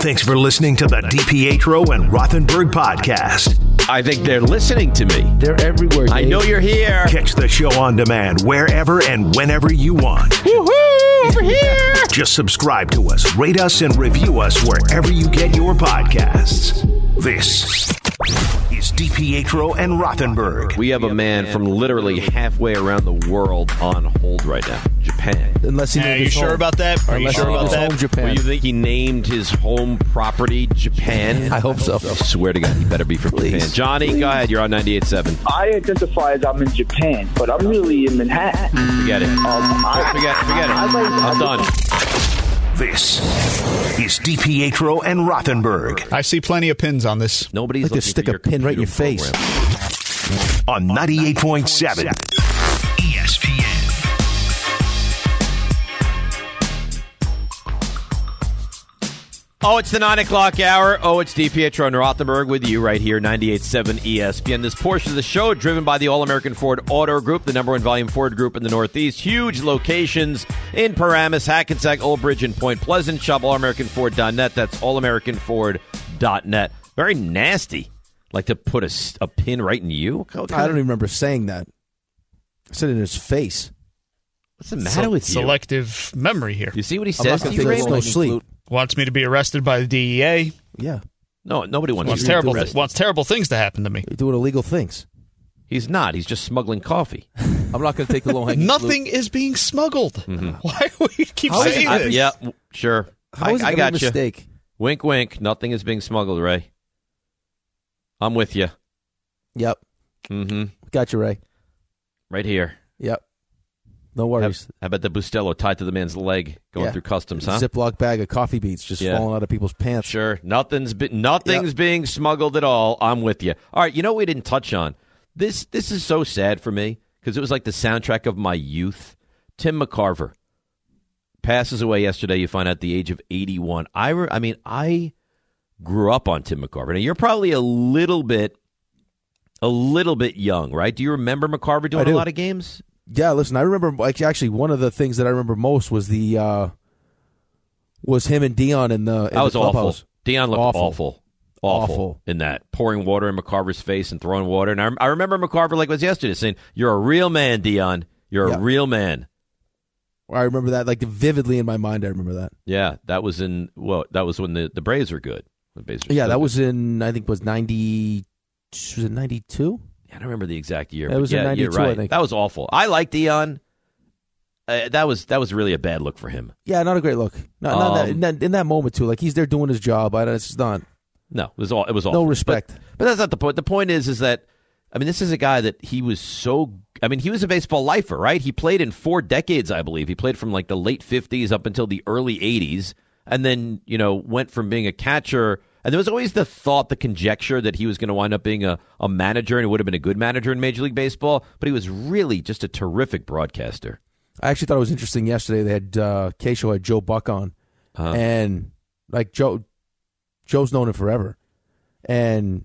Speaker 9: Thanks for listening to the DPetro and Rothenberg podcast.
Speaker 2: I think they're listening to me.
Speaker 3: They're everywhere.
Speaker 2: I know you're here.
Speaker 9: Catch the show on demand wherever and whenever you want.
Speaker 2: Woohoo! Over here.
Speaker 9: Just subscribe to us, rate us, and review us wherever you get your podcasts. This is DPetro and Rothenberg.
Speaker 2: We have a man from literally halfway around the world on hold right now, Japan.
Speaker 3: Unless he
Speaker 4: Hey,
Speaker 3: named
Speaker 4: are you
Speaker 3: his
Speaker 4: sure
Speaker 3: home.
Speaker 4: about that? Are you
Speaker 3: Unless
Speaker 4: sure
Speaker 3: he named
Speaker 4: about
Speaker 3: his
Speaker 4: that?
Speaker 3: home Japan.
Speaker 2: Well, you think he named his home property Japan? I
Speaker 3: hope so.
Speaker 2: I swear to God, he better be from Japan. Johnny, go ahead. You're on 98.7.
Speaker 15: I identify as I'm in Japan, but I'm really in Manhattan. Um,
Speaker 2: Forget it.
Speaker 15: I,
Speaker 2: forget, forget it. I'm done.
Speaker 9: This is DPetro and Rothenberg.
Speaker 4: I see plenty of pins on this.
Speaker 2: Nobody's
Speaker 4: like to stick a pin right in your face.
Speaker 9: On 98.7 E ESPN.
Speaker 2: Oh, it's the 9 o'clock hour. Oh, it's DPietro and Rothenberg with you right here, 98.7 ESPN. This portion of the show driven by the All-American Ford Auto Group, the number one volume Ford group in the Northeast. Huge locations in Paramus, Hackensack, Old Bridge, and Point Pleasant. Shop allamericanford.net. That's allamericanford.net. Very nasty. Like to put a, s- a pin right in you? What
Speaker 3: I
Speaker 2: kind
Speaker 3: don't
Speaker 2: of-
Speaker 3: even remember saying that. I said it in his face.
Speaker 2: What's the matter with you?
Speaker 4: Selective memory here.
Speaker 2: You see what he
Speaker 3: I'm not
Speaker 2: says to
Speaker 3: gonna
Speaker 2: you,
Speaker 3: think it's
Speaker 2: Raymond?
Speaker 3: no sleep.
Speaker 4: Wants me to be arrested by the DEA.
Speaker 3: Yeah.
Speaker 2: No, nobody wants
Speaker 4: Wants
Speaker 2: you to be
Speaker 4: terrible.
Speaker 2: arrested.
Speaker 4: wants terrible things to happen to me.
Speaker 3: You're doing illegal things.
Speaker 2: He's not. He's just smuggling coffee.
Speaker 3: I'm not going to take the Mm-hmm. low hanging.
Speaker 4: Nothing is being smuggled. Why do we keep
Speaker 3: How is
Speaker 4: saying
Speaker 3: it-
Speaker 4: this?
Speaker 2: Yeah, w- sure.
Speaker 3: How
Speaker 2: I,
Speaker 3: is it
Speaker 2: I
Speaker 3: gonna
Speaker 2: got
Speaker 3: be a mistake?
Speaker 2: you. Wink, wink. Nothing is being smuggled, Ray. I'm with you.
Speaker 3: Yep.
Speaker 2: Mm-hmm.
Speaker 3: Got you, Ray.
Speaker 2: Right here.
Speaker 3: Yep. No worries.
Speaker 2: How about the Bustelo tied to the man's leg going
Speaker 3: Yeah.
Speaker 2: through customs, huh?
Speaker 3: Ziploc bag of coffee beans just
Speaker 2: Yeah.
Speaker 3: falling out of people's pants.
Speaker 2: Sure. Nothing's be- nothing's being smuggled at all. I'm with you. All right. You know what we didn't touch on this. This is so sad for me because it was like the soundtrack of my youth. Tim McCarver passes away yesterday. You find out at the age of 81. I re- I mean I grew up on Tim McCarver. Now you're probably a little bit a little bit young, right? Do you remember McCarver doing
Speaker 3: I do.
Speaker 2: a lot of games?
Speaker 3: Yeah, listen, I remember like actually one of the things that I remember most was the uh was him and Dion in the in
Speaker 2: That
Speaker 3: the
Speaker 2: was awful.
Speaker 3: clubhouse.
Speaker 2: Dion looked awful. awful.
Speaker 3: Awful.
Speaker 2: in that pouring water in McCarver's face and throwing water. And I, I remember McCarver like it was yesterday saying, "You're a real man, Dion. You're
Speaker 3: Yeah.
Speaker 2: a real man."
Speaker 3: I remember that like vividly in my mind I remember that.
Speaker 2: Yeah, that was in well, that was when the, the Braves were good. When Braves were
Speaker 3: Yeah,
Speaker 2: still
Speaker 3: that
Speaker 2: good.
Speaker 3: was in I think was 90 was it 92?
Speaker 2: I don't remember the exact year.
Speaker 3: It
Speaker 2: but
Speaker 3: was in
Speaker 2: yeah, you're
Speaker 3: 92, I
Speaker 2: right.
Speaker 3: think.
Speaker 2: That was awful. I like Dion. Uh, that was that was really a bad look for him.
Speaker 3: Yeah, not a great look. No, not in,
Speaker 2: Um,
Speaker 3: that, in, that, in that moment too. Like he's there doing his job. I don't, it's just not.
Speaker 2: No, it was all it was
Speaker 3: No
Speaker 2: awful.
Speaker 3: respect.
Speaker 2: But, but that's not the point. The point is is that I mean, this is a guy that he was so I mean, he was a baseball lifer, right? He played in four decades, I believe. He played from like the late 50s up until the early 80s and then, you know, went from being a catcher and there was always the thought, the conjecture that he was going to wind up being a, a manager and he would have been a good manager in Major League Baseball, but he was really just a terrific broadcaster.
Speaker 3: I actually thought it was interesting yesterday. They had uh, K-Show had Joe Buck on, and like Joe, Joe's known him forever, and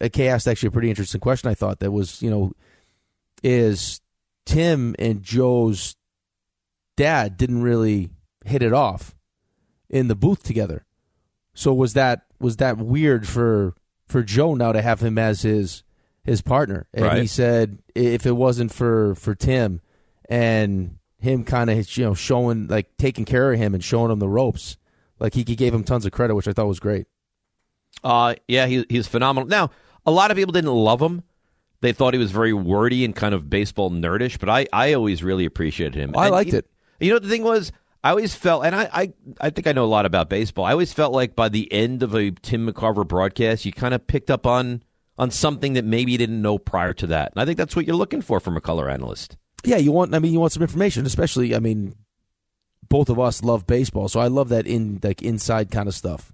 Speaker 3: uh, Kay asked actually a pretty interesting question. I thought that was you know, is Tim and Joe's dad didn't really hit it off in the booth together, so was that was that weird for for Joe now to have him as his his partner? And he
Speaker 2: Right.
Speaker 3: said if it wasn't for for Tim and him kind of you know showing like taking care of him and showing him the ropes, like he, he gave him tons of credit, which I thought was great.
Speaker 2: Uh, yeah, he, he's phenomenal. Now, a lot of people didn't love him. They thought he was very wordy and kind of baseball nerdish, but I, I always really appreciated him.
Speaker 3: I
Speaker 2: And
Speaker 3: liked
Speaker 2: you-
Speaker 3: it.
Speaker 2: You know what the thing was? I always felt, and I, I, I think I know a lot about baseball. I always felt like by the end of a Tim McCarver broadcast, you kind of picked up on on something that maybe you didn't know prior to that. And I think that's what you're looking for from a color analyst.
Speaker 3: yeah, you want. I mean, you want some information, especially. I mean, both of us love baseball, so I love that in like inside kind of stuff.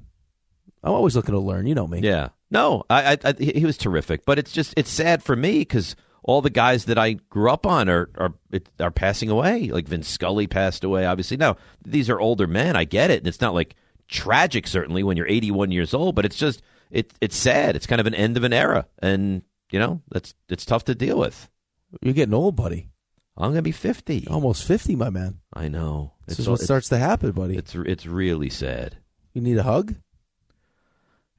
Speaker 3: I'm always looking to learn. You know me.
Speaker 2: Yeah. No, I, I, I he he was terrific, but it's just it's sad for me because all the guys that I grew up on are are it- are passing away. Like Vince Scully passed away, obviously. Now these are older men. I get it, and it's not like tragic certainly when you're 81 years old, but it's just it it's sad. It's kind of an end of an era, and you know that's it's tough to deal with.
Speaker 3: You're getting old, buddy.
Speaker 2: I'm gonna be 50,
Speaker 3: almost 50, my man.
Speaker 2: I know.
Speaker 3: This
Speaker 2: It's
Speaker 3: is
Speaker 2: all-
Speaker 3: what
Speaker 2: it's-
Speaker 3: starts to happen, buddy.
Speaker 2: It's it's really sad.
Speaker 3: You need a hug.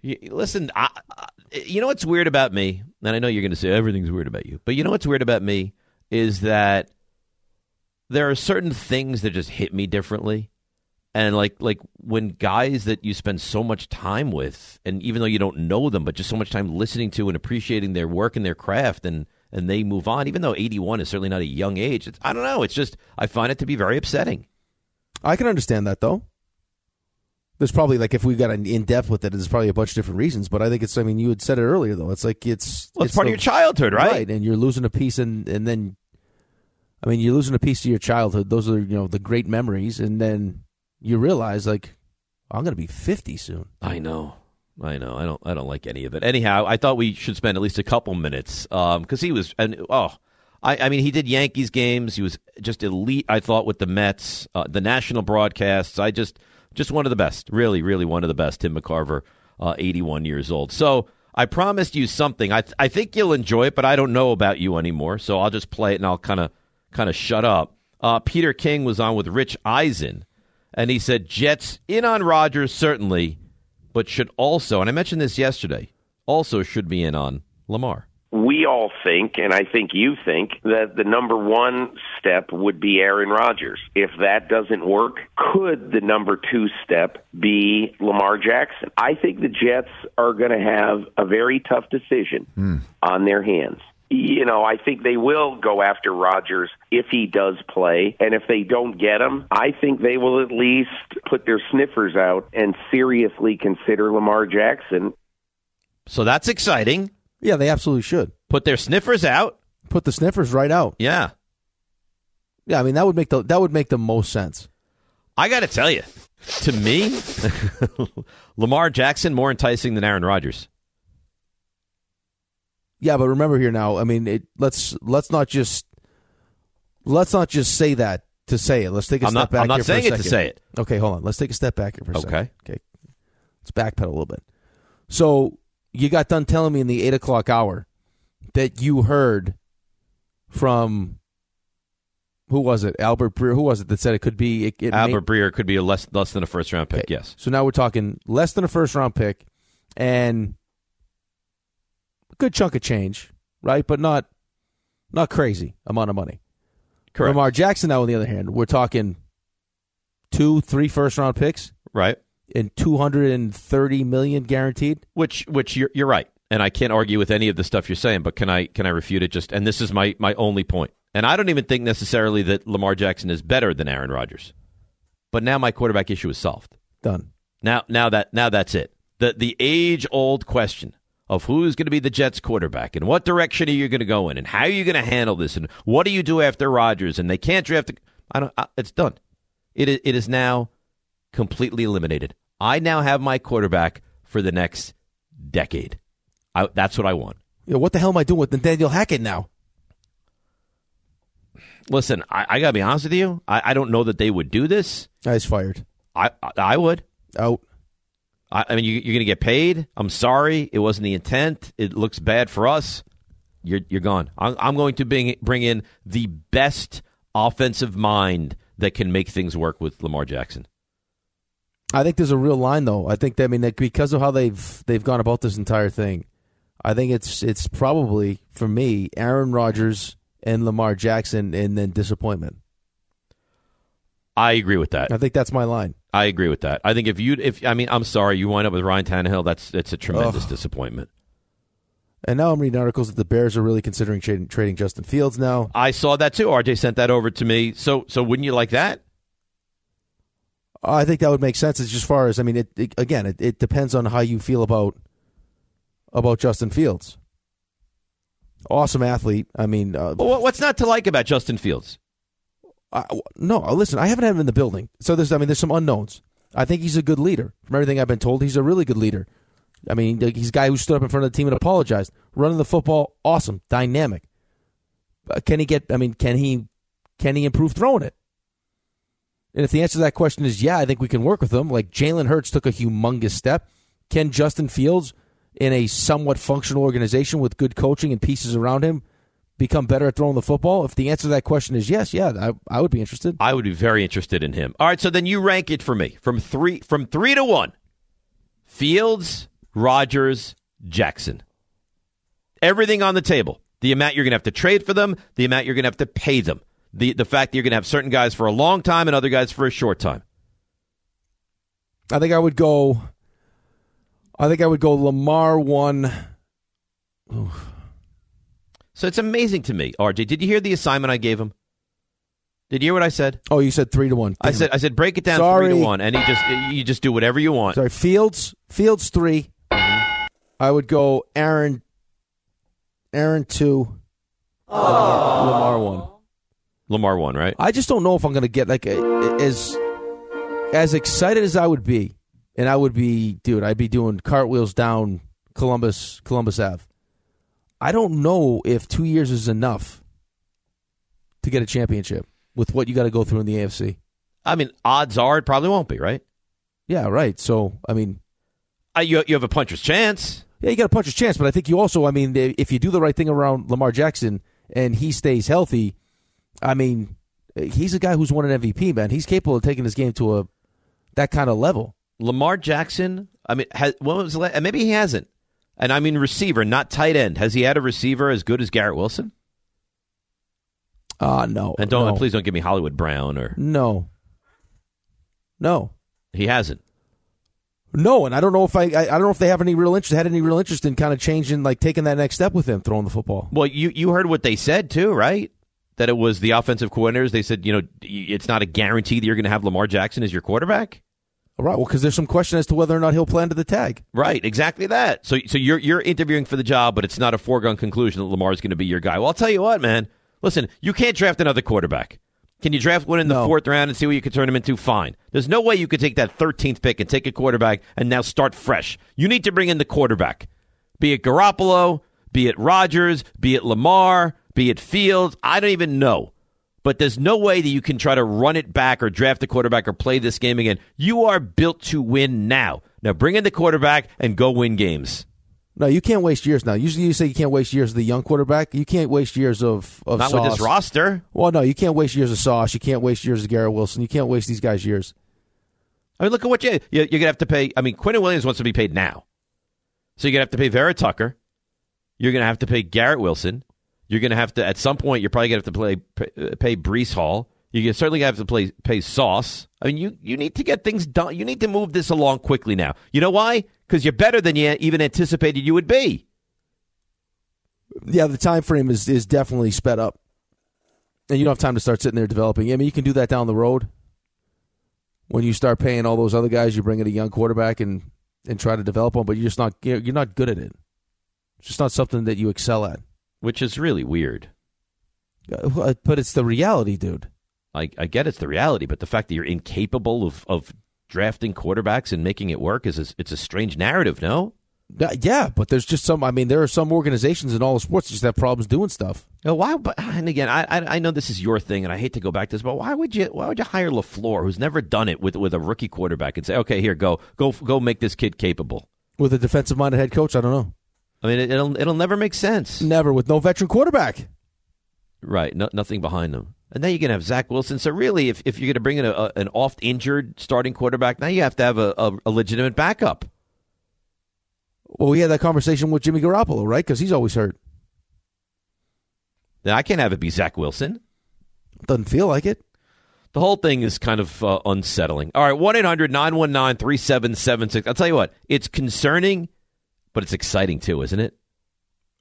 Speaker 2: Y- Listen, I, I- you know what's weird about me, and I know you're going to say everything's weird about you, but you know what's weird about me is that there are certain things that just hit me differently, and like like when guys that you spend so much time with, and even though you don't know them, but just so much time listening to and appreciating their work and their craft, and and they move on, even though 81 is certainly not a young age. It's, I don't know. It's just I find it to be very upsetting.
Speaker 3: I can understand that though. There's probably like if we got in depth with it, there's probably a bunch of different reasons. But I think it's. I mean, you had said it earlier though. It's like it's.
Speaker 2: Well, it's part of your childhood, right?
Speaker 3: Right, and you're losing a piece, and and then, I mean, you're losing a piece of your childhood. Those are you know the great memories, and then you realize like, I'm gonna be 50 soon.
Speaker 2: I know. I know. I don't. I don't like any of it. Anyhow, I thought we should spend at least a couple minutes because he was and oh, I, I mean he did Yankees games. He was just elite. I thought with the Mets, uh, the national broadcasts. I just just one of the best. Really, really one of the best. Tim McCarver, uh, eighty-one years old. So I promised you something. I I think you'll enjoy it, but I don't know about you anymore. So I'll just play it and I'll kind of kind of shut up. Uh, Peter King was on with Rich Eisen, and he said Jets in on Rogers certainly but should also, and I mentioned this yesterday, also should be in on Lamar.
Speaker 18: we all think, and I think you think, that the number one step would be Aaron Rodgers. If that doesn't work, could the number two step be Lamar Jackson? I think the Jets are going to have a very tough decision on their hands. You know, I think they will go after Rodgers if he does play. And if they don't get him, I think they will at least put their sniffers out and seriously consider Lamar Jackson
Speaker 2: So that's exciting.
Speaker 3: Yeah, they absolutely should
Speaker 2: Put their sniffers out.
Speaker 3: put the sniffers right out.
Speaker 2: Yeah,
Speaker 3: Yeah, I mean that would make the that would make the most sense.
Speaker 2: I got to tell you, to me, Lamar Jackson more enticing than Aaron Rodgers.
Speaker 3: Yeah, but remember here now. I mean, it, let's let's not just let's not just say that to say it. Let's take a
Speaker 2: I'm
Speaker 3: step
Speaker 2: not-
Speaker 3: back.
Speaker 2: I'm not
Speaker 3: here for a
Speaker 2: saying it to
Speaker 3: second.
Speaker 2: say it.
Speaker 3: Okay, hold on. Let's take a step back here for a second.
Speaker 2: Okay.
Speaker 3: Okay, let's backpedal a little bit. So you got done telling me in the eight o'clock hour that you heard from who was it? Albert Breer. Who was it that said it could be? It, it may-
Speaker 2: Albert Breer could be a less less than a first round pick. Yes,
Speaker 3: So now we're talking less than a first round pick and a good chunk of change, right? But not not crazy amount of money.
Speaker 2: Correct.
Speaker 3: Lamar Jackson now on the other hand, we're talking two, three first round picks.
Speaker 2: Right.
Speaker 3: And two hundred and thirty million guaranteed.
Speaker 2: which which you're you're right, and I can't argue with any of the stuff you're saying. But can I can I refute it? Just and this is my my only point. And I don't even think necessarily that Lamar Jackson is better than Aaron Rodgers. But now my quarterback issue is solved.
Speaker 3: Done.
Speaker 2: Now, now that now that's it. The the age old question of who's going to be the Jets quarterback and what direction are you going to go in and how are you going to handle this and what do you do after Rodgers and they can't draft. I don't. I, it's done. It is, it is now completely eliminated. I now have my quarterback for the next decade. I, that's what I want.
Speaker 3: You know, what the hell am I doing with Nathaniel Hackett now?
Speaker 2: Listen, I, I got to be honest with you. I, I don't know that they would do this.
Speaker 3: I was fired.
Speaker 2: I I, I would.
Speaker 3: Out.
Speaker 2: I, I mean, you, you're going to get paid. I'm sorry, it wasn't the intent. It looks bad for us. You're you're gone. I'm, I'm going to bring bring in the best offensive mind that can make things work with Lamar Jackson.
Speaker 3: I think there's a real line though. I think that I mean that because of how they've they've gone about this entire thing, I think it's it's probably for me Aaron Rodgers and Lamar Jackson and then disappointment.
Speaker 2: I agree with that.
Speaker 3: I think that's my line.
Speaker 2: I agree with that. I think if you if I mean I'm sorry you wind up with Ryan Tannehill. That's that's a tremendous disappointment.
Speaker 3: And now I'm reading articles that the Bears are really considering trading, trading Justin Fields now.
Speaker 2: I saw that too. RJ sent that over to me. So so wouldn't you like that?
Speaker 3: I think that would make sense as just far as I mean it, it again it, it depends on how you feel about about Justin Fields. awesome athlete. I mean, uh,
Speaker 2: Well, what- what's not to like about Justin Fields?
Speaker 3: I, no, listen, I haven't had him in the building, so there's I mean, there's some unknowns. I think he's a good leader. From everything I've been told, he's a really good leader. I mean, like, he's a guy who stood up in front of the team and apologized. Running the football, awesome, dynamic. Uh, can he get? I mean, can he? Can he improve throwing it? And if the answer to that question is yeah, I think we can work with him. Like Jalen Hurts took a humongous step. Can Justin Fields, in a somewhat functional organization with good coaching and pieces around him, become better at throwing the football? If the answer to that question is yes, yeah, I, I would be interested.
Speaker 2: I would be very interested in him. All right, so then you rank it for me from three from three to one. Fields, Rogers, Jackson. Everything on the table. The amount you're going to have to trade for them. The amount you're going to have to pay them. The the fact that you're going to have certain guys for a long time and other guys for a short time.
Speaker 3: I think I would go. I think I would go Lamar one.
Speaker 2: So it's amazing to me, RJ. Did you hear the assignment I gave him? Did you hear what I said?
Speaker 3: Oh, you said three to one.
Speaker 2: I said I said break it down
Speaker 3: Sorry.
Speaker 2: three to one, and he just you just do whatever you want. Mm-hmm.
Speaker 3: Sorry, Fields. Fields 3 I would go Aaron. Aaron two. Lamar one.
Speaker 2: Lamar one, right?
Speaker 3: I just don't know if I'm going to get like a, a- as as excited as I would be, and I would be, dude, I'd be doing cartwheels down Columbus Columbus Ave. I don't know if two years is enough to get a championship with what you got to go through in the AFC.
Speaker 2: I mean, odds are it probably won't be, right?
Speaker 3: Yeah, right. So I mean,
Speaker 2: Uh, you you have a puncher's chance.
Speaker 3: Yeah, you got a puncher's chance, but I think you also, I mean, if you do the right thing around Lamar Jackson and he stays healthy, I mean, he's a guy who's won an MVP, man. He's capable of taking this game to a that kind of level.
Speaker 2: Lamar Jackson. I mean, has, when was the la- and maybe he hasn't. And I mean receiver, not tight end. Has he had a receiver as good as Garrett Wilson?
Speaker 3: Ah, no.
Speaker 2: And don't
Speaker 3: no.
Speaker 2: and please don't give me Hollywood Brown or
Speaker 3: No. No.
Speaker 2: he hasn't.
Speaker 3: No, and I don't know if I, I, I don't know if they have any real interest, had any real interest in kind of changing, like taking that next step with him, throwing the football.
Speaker 2: Well, you you heard what they said too, right? That it was the offensive coordinators. They said, you know, y- it's not a guarantee that you're going to have Lamar Jackson as your quarterback.
Speaker 3: All right, well, because there's some question as to whether or not he'll play into the tag.
Speaker 2: Right, exactly that. So so you're you're interviewing for the job, but it's not a foregone conclusion that Lamar's going to be your guy. Well, I'll tell you what, man. Listen, you can't draft another quarterback. Can you draft one in the fourth round and see what you can turn him into? Fine. There's no way you could take that 13th pick and take a quarterback and now start fresh. You need to bring in the quarterback. Be it Garoppolo, be it Rodgers, be it Lamar, be it Fields. I don't even know. But there's no way that you can try to run it back or draft a quarterback or play this game again. You are built to win now. Now bring in the quarterback and go win games.
Speaker 3: No, you can't waste years now. Usually, you say you can't waste years of the young quarterback. You can't waste years of of
Speaker 2: Not with this
Speaker 3: Sauce.
Speaker 2: roster.
Speaker 3: Well, no, you can't waste years of Sauce. You can't waste years of Garrett Wilson. You can't waste these guys' years.
Speaker 2: I mean, look at what you, you- you're going to have to pay. I mean, Quinton Williams wants to be paid now. So you're going to have to pay Vera Tucker. You're going to have to pay Garrett Wilson. You're going to have to, at some point, you're probably going to have to play, pay, pay Brees Hall. You're certainly going to have to play, pay Sauce. I mean, you, you need to get things done. You need to move this along quickly now. You know why? Because you're better than you even anticipated you would be.
Speaker 3: Yeah, the time frame is is definitely sped up, and you don't have time to start sitting there developing. I mean, you can do that down the road when you start paying all those other guys. You bring in a young quarterback and and try to develop them, but you're just not you're you're not good at it. It's just not something that you excel at.
Speaker 2: Which is really weird.
Speaker 3: Uh, But it's the reality, dude.
Speaker 2: I, I get it's the reality, but the fact that you're incapable of, of drafting quarterbacks and making it work is a, it's a strange narrative, no?
Speaker 3: Yeah, Yeah, but there's just some. I mean, there are some organizations in all the sports that just have problems doing stuff.
Speaker 2: Oh, why? But and again, I, I I know this is your thing, and I hate to go back to this, but why would you why would you hire Lafleur, who's never done it with with a rookie quarterback, and say, okay, here, go go go make this kid capable?
Speaker 3: With a defensive minded head coach, I don't know.
Speaker 2: I mean, it, it'll it'll never make sense,
Speaker 3: Never with no veteran quarterback.
Speaker 2: right? No, nothing behind them, and now you're gonna have Zach Wilson. So really, if if you're gonna bring in a, a- an oft injured starting quarterback, now you have to have a, a, a legitimate backup.
Speaker 3: Well, we had that conversation with Jimmy Garoppolo, right? Because he's always hurt.
Speaker 2: Then I can't have it be Zach Wilson.
Speaker 3: Doesn't feel like it.
Speaker 2: The whole thing is kind of uh, unsettling. All right, 1 800 919 3776. I'll tell you what, it's concerning, but it's exciting too, isn't it?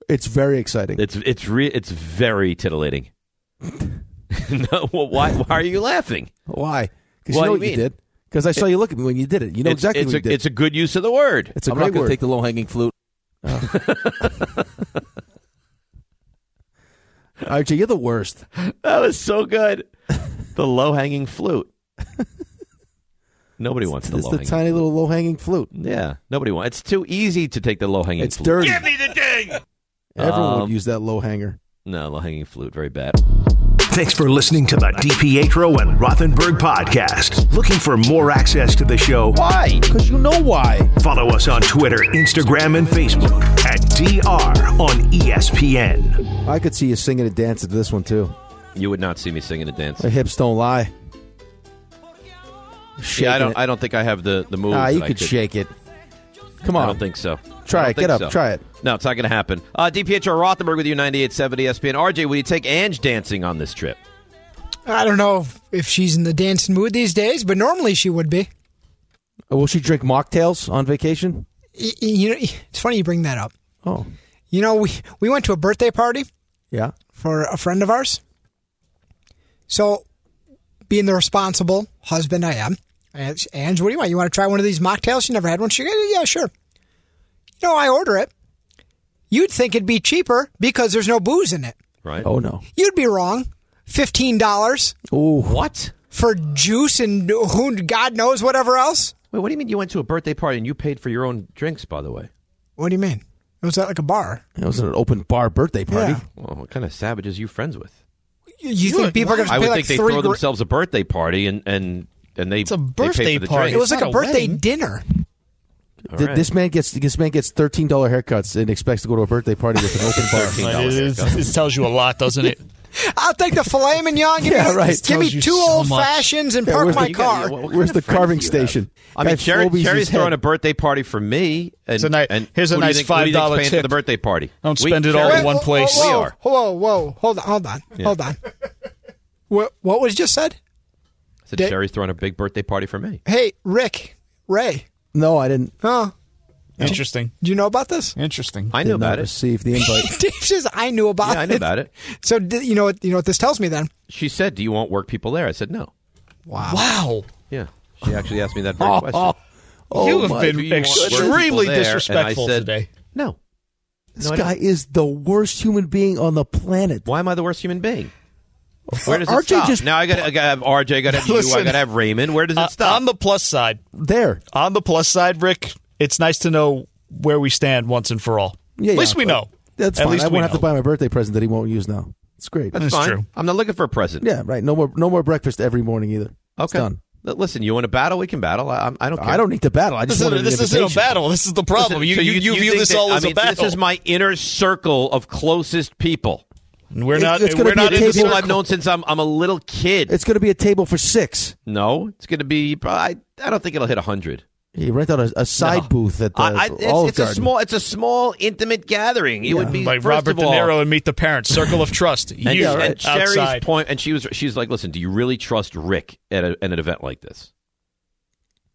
Speaker 3: It's very exciting.
Speaker 2: It's it's re- it's very titillating. no, well, why why are you laughing?
Speaker 3: Why? Because
Speaker 2: Why
Speaker 3: you know
Speaker 2: do
Speaker 3: what
Speaker 2: you
Speaker 3: you
Speaker 2: mean?
Speaker 3: did. Because I saw you look at me when you did it. You know
Speaker 2: it's,
Speaker 3: exactly
Speaker 2: it's
Speaker 3: what
Speaker 2: a,
Speaker 3: you did.
Speaker 2: It's a good use of the word.
Speaker 3: It's a
Speaker 2: I'm
Speaker 3: great
Speaker 2: not gonna
Speaker 3: word.
Speaker 2: take the
Speaker 3: low hanging flute. RJ, you're the worst.
Speaker 2: That was so good. The low hanging flute. Nobody wants the
Speaker 3: It's
Speaker 2: low
Speaker 3: the
Speaker 2: hanging.
Speaker 3: tiny little low hanging flute.
Speaker 2: yeah, nobody wants. It's too easy to take the low hanging.
Speaker 3: It's dirty. Give
Speaker 2: me the ding.
Speaker 3: Everyone would use that low hanger.
Speaker 2: No, low hanging flute, very bad.
Speaker 9: Thanks for listening to the DPetro and Rothenberg podcast. Looking for more access to the show? Why? Because you know why. Follow us on Twitter, Instagram, and Facebook at DR on E ESPN.
Speaker 3: I could see you singing and dancing to this one too.
Speaker 2: You would not see me singing and
Speaker 3: My
Speaker 2: dancing.
Speaker 3: hips don't lie.
Speaker 2: yeah, I
Speaker 3: Shaking
Speaker 2: don't.
Speaker 3: it.
Speaker 2: I don't think I have the the moves.
Speaker 3: Ah, you
Speaker 2: that I
Speaker 3: could shake it. Come
Speaker 2: I
Speaker 3: on.
Speaker 2: don't think so.
Speaker 3: Try
Speaker 2: I don't
Speaker 3: it.
Speaker 2: think
Speaker 3: Get up.
Speaker 2: so.
Speaker 3: Try it.
Speaker 2: No, it's not going to happen. Uh, DPHR Rothenberg with you, 98.7 ESPN. RJ, will you take Ange dancing on this trip?
Speaker 6: I don't know if- if she's in the dancing mood these days, but normally she would be.
Speaker 3: Oh, Will she drink mocktails on vacation?
Speaker 6: Y- y- You know, it's funny you bring that up.
Speaker 3: Oh.
Speaker 6: You know, we, we went to a birthday party
Speaker 3: Yeah.
Speaker 6: for a friend of ours. So, being the responsible husband I am, I asked, Ange, what do you want? You want to try one of these mocktails? She never had one. She goes, yeah, sure. You know, I order it. You'd think it'd be cheaper because there's no booze in it.
Speaker 2: Right.
Speaker 3: Oh no.
Speaker 6: You'd be wrong. Fifteen dollars.
Speaker 3: Ooh.
Speaker 2: What?
Speaker 6: For juice and who God knows whatever else.
Speaker 2: Wait, what do you mean you went to a birthday party and you paid for your own drinks? By the way,
Speaker 6: What do you mean? It was at like a bar.
Speaker 3: It was an open bar birthday party.
Speaker 6: Yeah.
Speaker 2: well, what kind of savages are you friends with?
Speaker 6: You, you think people are going to
Speaker 2: I
Speaker 6: pay
Speaker 2: would
Speaker 6: like
Speaker 2: think they
Speaker 6: three?
Speaker 2: throw
Speaker 6: gra-
Speaker 2: themselves a birthday party and and and they it's a they pay for the drinks.
Speaker 6: It was like a birthday dinner.
Speaker 2: All
Speaker 3: Th-
Speaker 2: right.
Speaker 3: This man gets this man gets thirteen dollar haircuts and expects to go to a birthday party with an open bar.
Speaker 4: It, is- it tells you a lot, doesn't it?
Speaker 6: I'll take the filet mignon. Give
Speaker 3: Yeah,
Speaker 6: me,
Speaker 3: right.
Speaker 6: Give me
Speaker 3: Tells you
Speaker 6: two
Speaker 3: so
Speaker 6: old
Speaker 3: much.
Speaker 6: fashions and
Speaker 3: Yeah,
Speaker 6: park
Speaker 3: where's
Speaker 6: my
Speaker 3: the-
Speaker 6: car.
Speaker 3: Where's the carving station?
Speaker 2: I mean,
Speaker 3: Guy
Speaker 2: Cherry,
Speaker 3: Floby's
Speaker 2: Cherry's
Speaker 3: his head.
Speaker 2: throwing a birthday party for me. And,
Speaker 4: ni-
Speaker 2: and
Speaker 4: here's a
Speaker 2: who do you
Speaker 4: nice
Speaker 2: think- who do you think's
Speaker 4: $5
Speaker 2: paying for
Speaker 4: tip.
Speaker 2: the birthday party.
Speaker 4: Don't spend it all
Speaker 2: Cherry-
Speaker 4: in one place.
Speaker 2: We
Speaker 6: Whoa,
Speaker 2: are.
Speaker 6: whoa, whoa! Hold on, hold on,
Speaker 2: Yeah.
Speaker 6: hold on. What, what was just said?
Speaker 2: I said
Speaker 6: Dick-
Speaker 2: Cherry's throwing a big birthday party for me.
Speaker 6: Hey, Rick, Ray,
Speaker 3: No, I didn't.
Speaker 6: huh?
Speaker 4: Interesting.
Speaker 6: Do you know about this?
Speaker 4: Interesting.
Speaker 2: I
Speaker 3: Did
Speaker 2: knew
Speaker 3: not
Speaker 2: about it.
Speaker 3: Receive the invite.
Speaker 6: Dave says I knew about
Speaker 2: Yeah, I
Speaker 6: it.
Speaker 2: knew about it.
Speaker 6: So d- you know what you know what this tells me then?
Speaker 2: She said, "Do you want work people there?" I said, "No."
Speaker 6: Wow.
Speaker 4: Wow.
Speaker 2: Yeah, she actually asked me that very question.
Speaker 3: Oh,
Speaker 4: you have
Speaker 3: my-
Speaker 4: been
Speaker 2: Do you want work people
Speaker 4: extremely
Speaker 2: there? And I
Speaker 4: disrespectful
Speaker 2: said,
Speaker 4: today.
Speaker 2: No.
Speaker 3: This
Speaker 2: No, I
Speaker 3: guy is the worst human being on the planet.
Speaker 2: Why am I the worst human being? Where does it
Speaker 3: RJ
Speaker 2: stop?
Speaker 3: Uh, just-
Speaker 2: now I got to have RJ. I got to have you. I
Speaker 4: Listen.
Speaker 2: got to have Raymond. Where does
Speaker 4: Uh,
Speaker 2: it stop?
Speaker 4: on the plus side,
Speaker 3: There.
Speaker 4: on the plus side, Rick, it's nice to know where we stand once and for all.
Speaker 3: Yeah,
Speaker 4: At
Speaker 3: yeah,
Speaker 4: least we
Speaker 3: but
Speaker 4: know.
Speaker 3: That's
Speaker 4: At
Speaker 3: fine.
Speaker 4: least
Speaker 3: I
Speaker 4: we
Speaker 3: won't have to
Speaker 4: know.
Speaker 3: buy my birthday present that he won't use now. It's great.
Speaker 2: That's
Speaker 4: That's
Speaker 2: fine.
Speaker 4: true.
Speaker 2: I'm not looking for a present.
Speaker 3: Yeah, right. No more no more breakfast every morning either. It's
Speaker 2: Okay.
Speaker 3: done.
Speaker 2: L- Listen, you want to battle? We can battle. I, I'm- I don't. Care.
Speaker 3: I don't need to battle. I just
Speaker 4: This,
Speaker 3: wanted
Speaker 4: is,
Speaker 3: an
Speaker 4: this isn't a
Speaker 3: invitation.
Speaker 4: battle. This is the problem.
Speaker 2: Listen,
Speaker 4: you,
Speaker 2: so
Speaker 4: you, you view
Speaker 2: think
Speaker 4: this
Speaker 2: that-
Speaker 4: all
Speaker 2: I
Speaker 4: as
Speaker 2: mean,
Speaker 4: a battle.
Speaker 2: This is my inner circle of closest people.
Speaker 4: And we're not.
Speaker 3: it's gonna
Speaker 4: we're
Speaker 3: be a
Speaker 4: not in
Speaker 3: table-
Speaker 4: the
Speaker 2: People
Speaker 4: circle.
Speaker 2: I've known since I'm I'm a little kid.
Speaker 3: It's going to be a table for six.
Speaker 2: no, it's going to be. I I don't think it'll hit hundred.
Speaker 3: He rent out a, a side booth at the
Speaker 2: I, I,
Speaker 3: Olive
Speaker 2: it's it's a
Speaker 3: Garden.
Speaker 2: small. It's a small, intimate gathering. It would be
Speaker 4: like
Speaker 2: first
Speaker 4: Robert
Speaker 2: of
Speaker 4: De
Speaker 2: all,
Speaker 4: Niro and Meet the Parents. Circle of Trust. You
Speaker 2: And, and
Speaker 4: and
Speaker 2: Sherry's
Speaker 4: outside.
Speaker 2: point- and she was she's like, listen, do you really trust Rick at, a, at an event like this?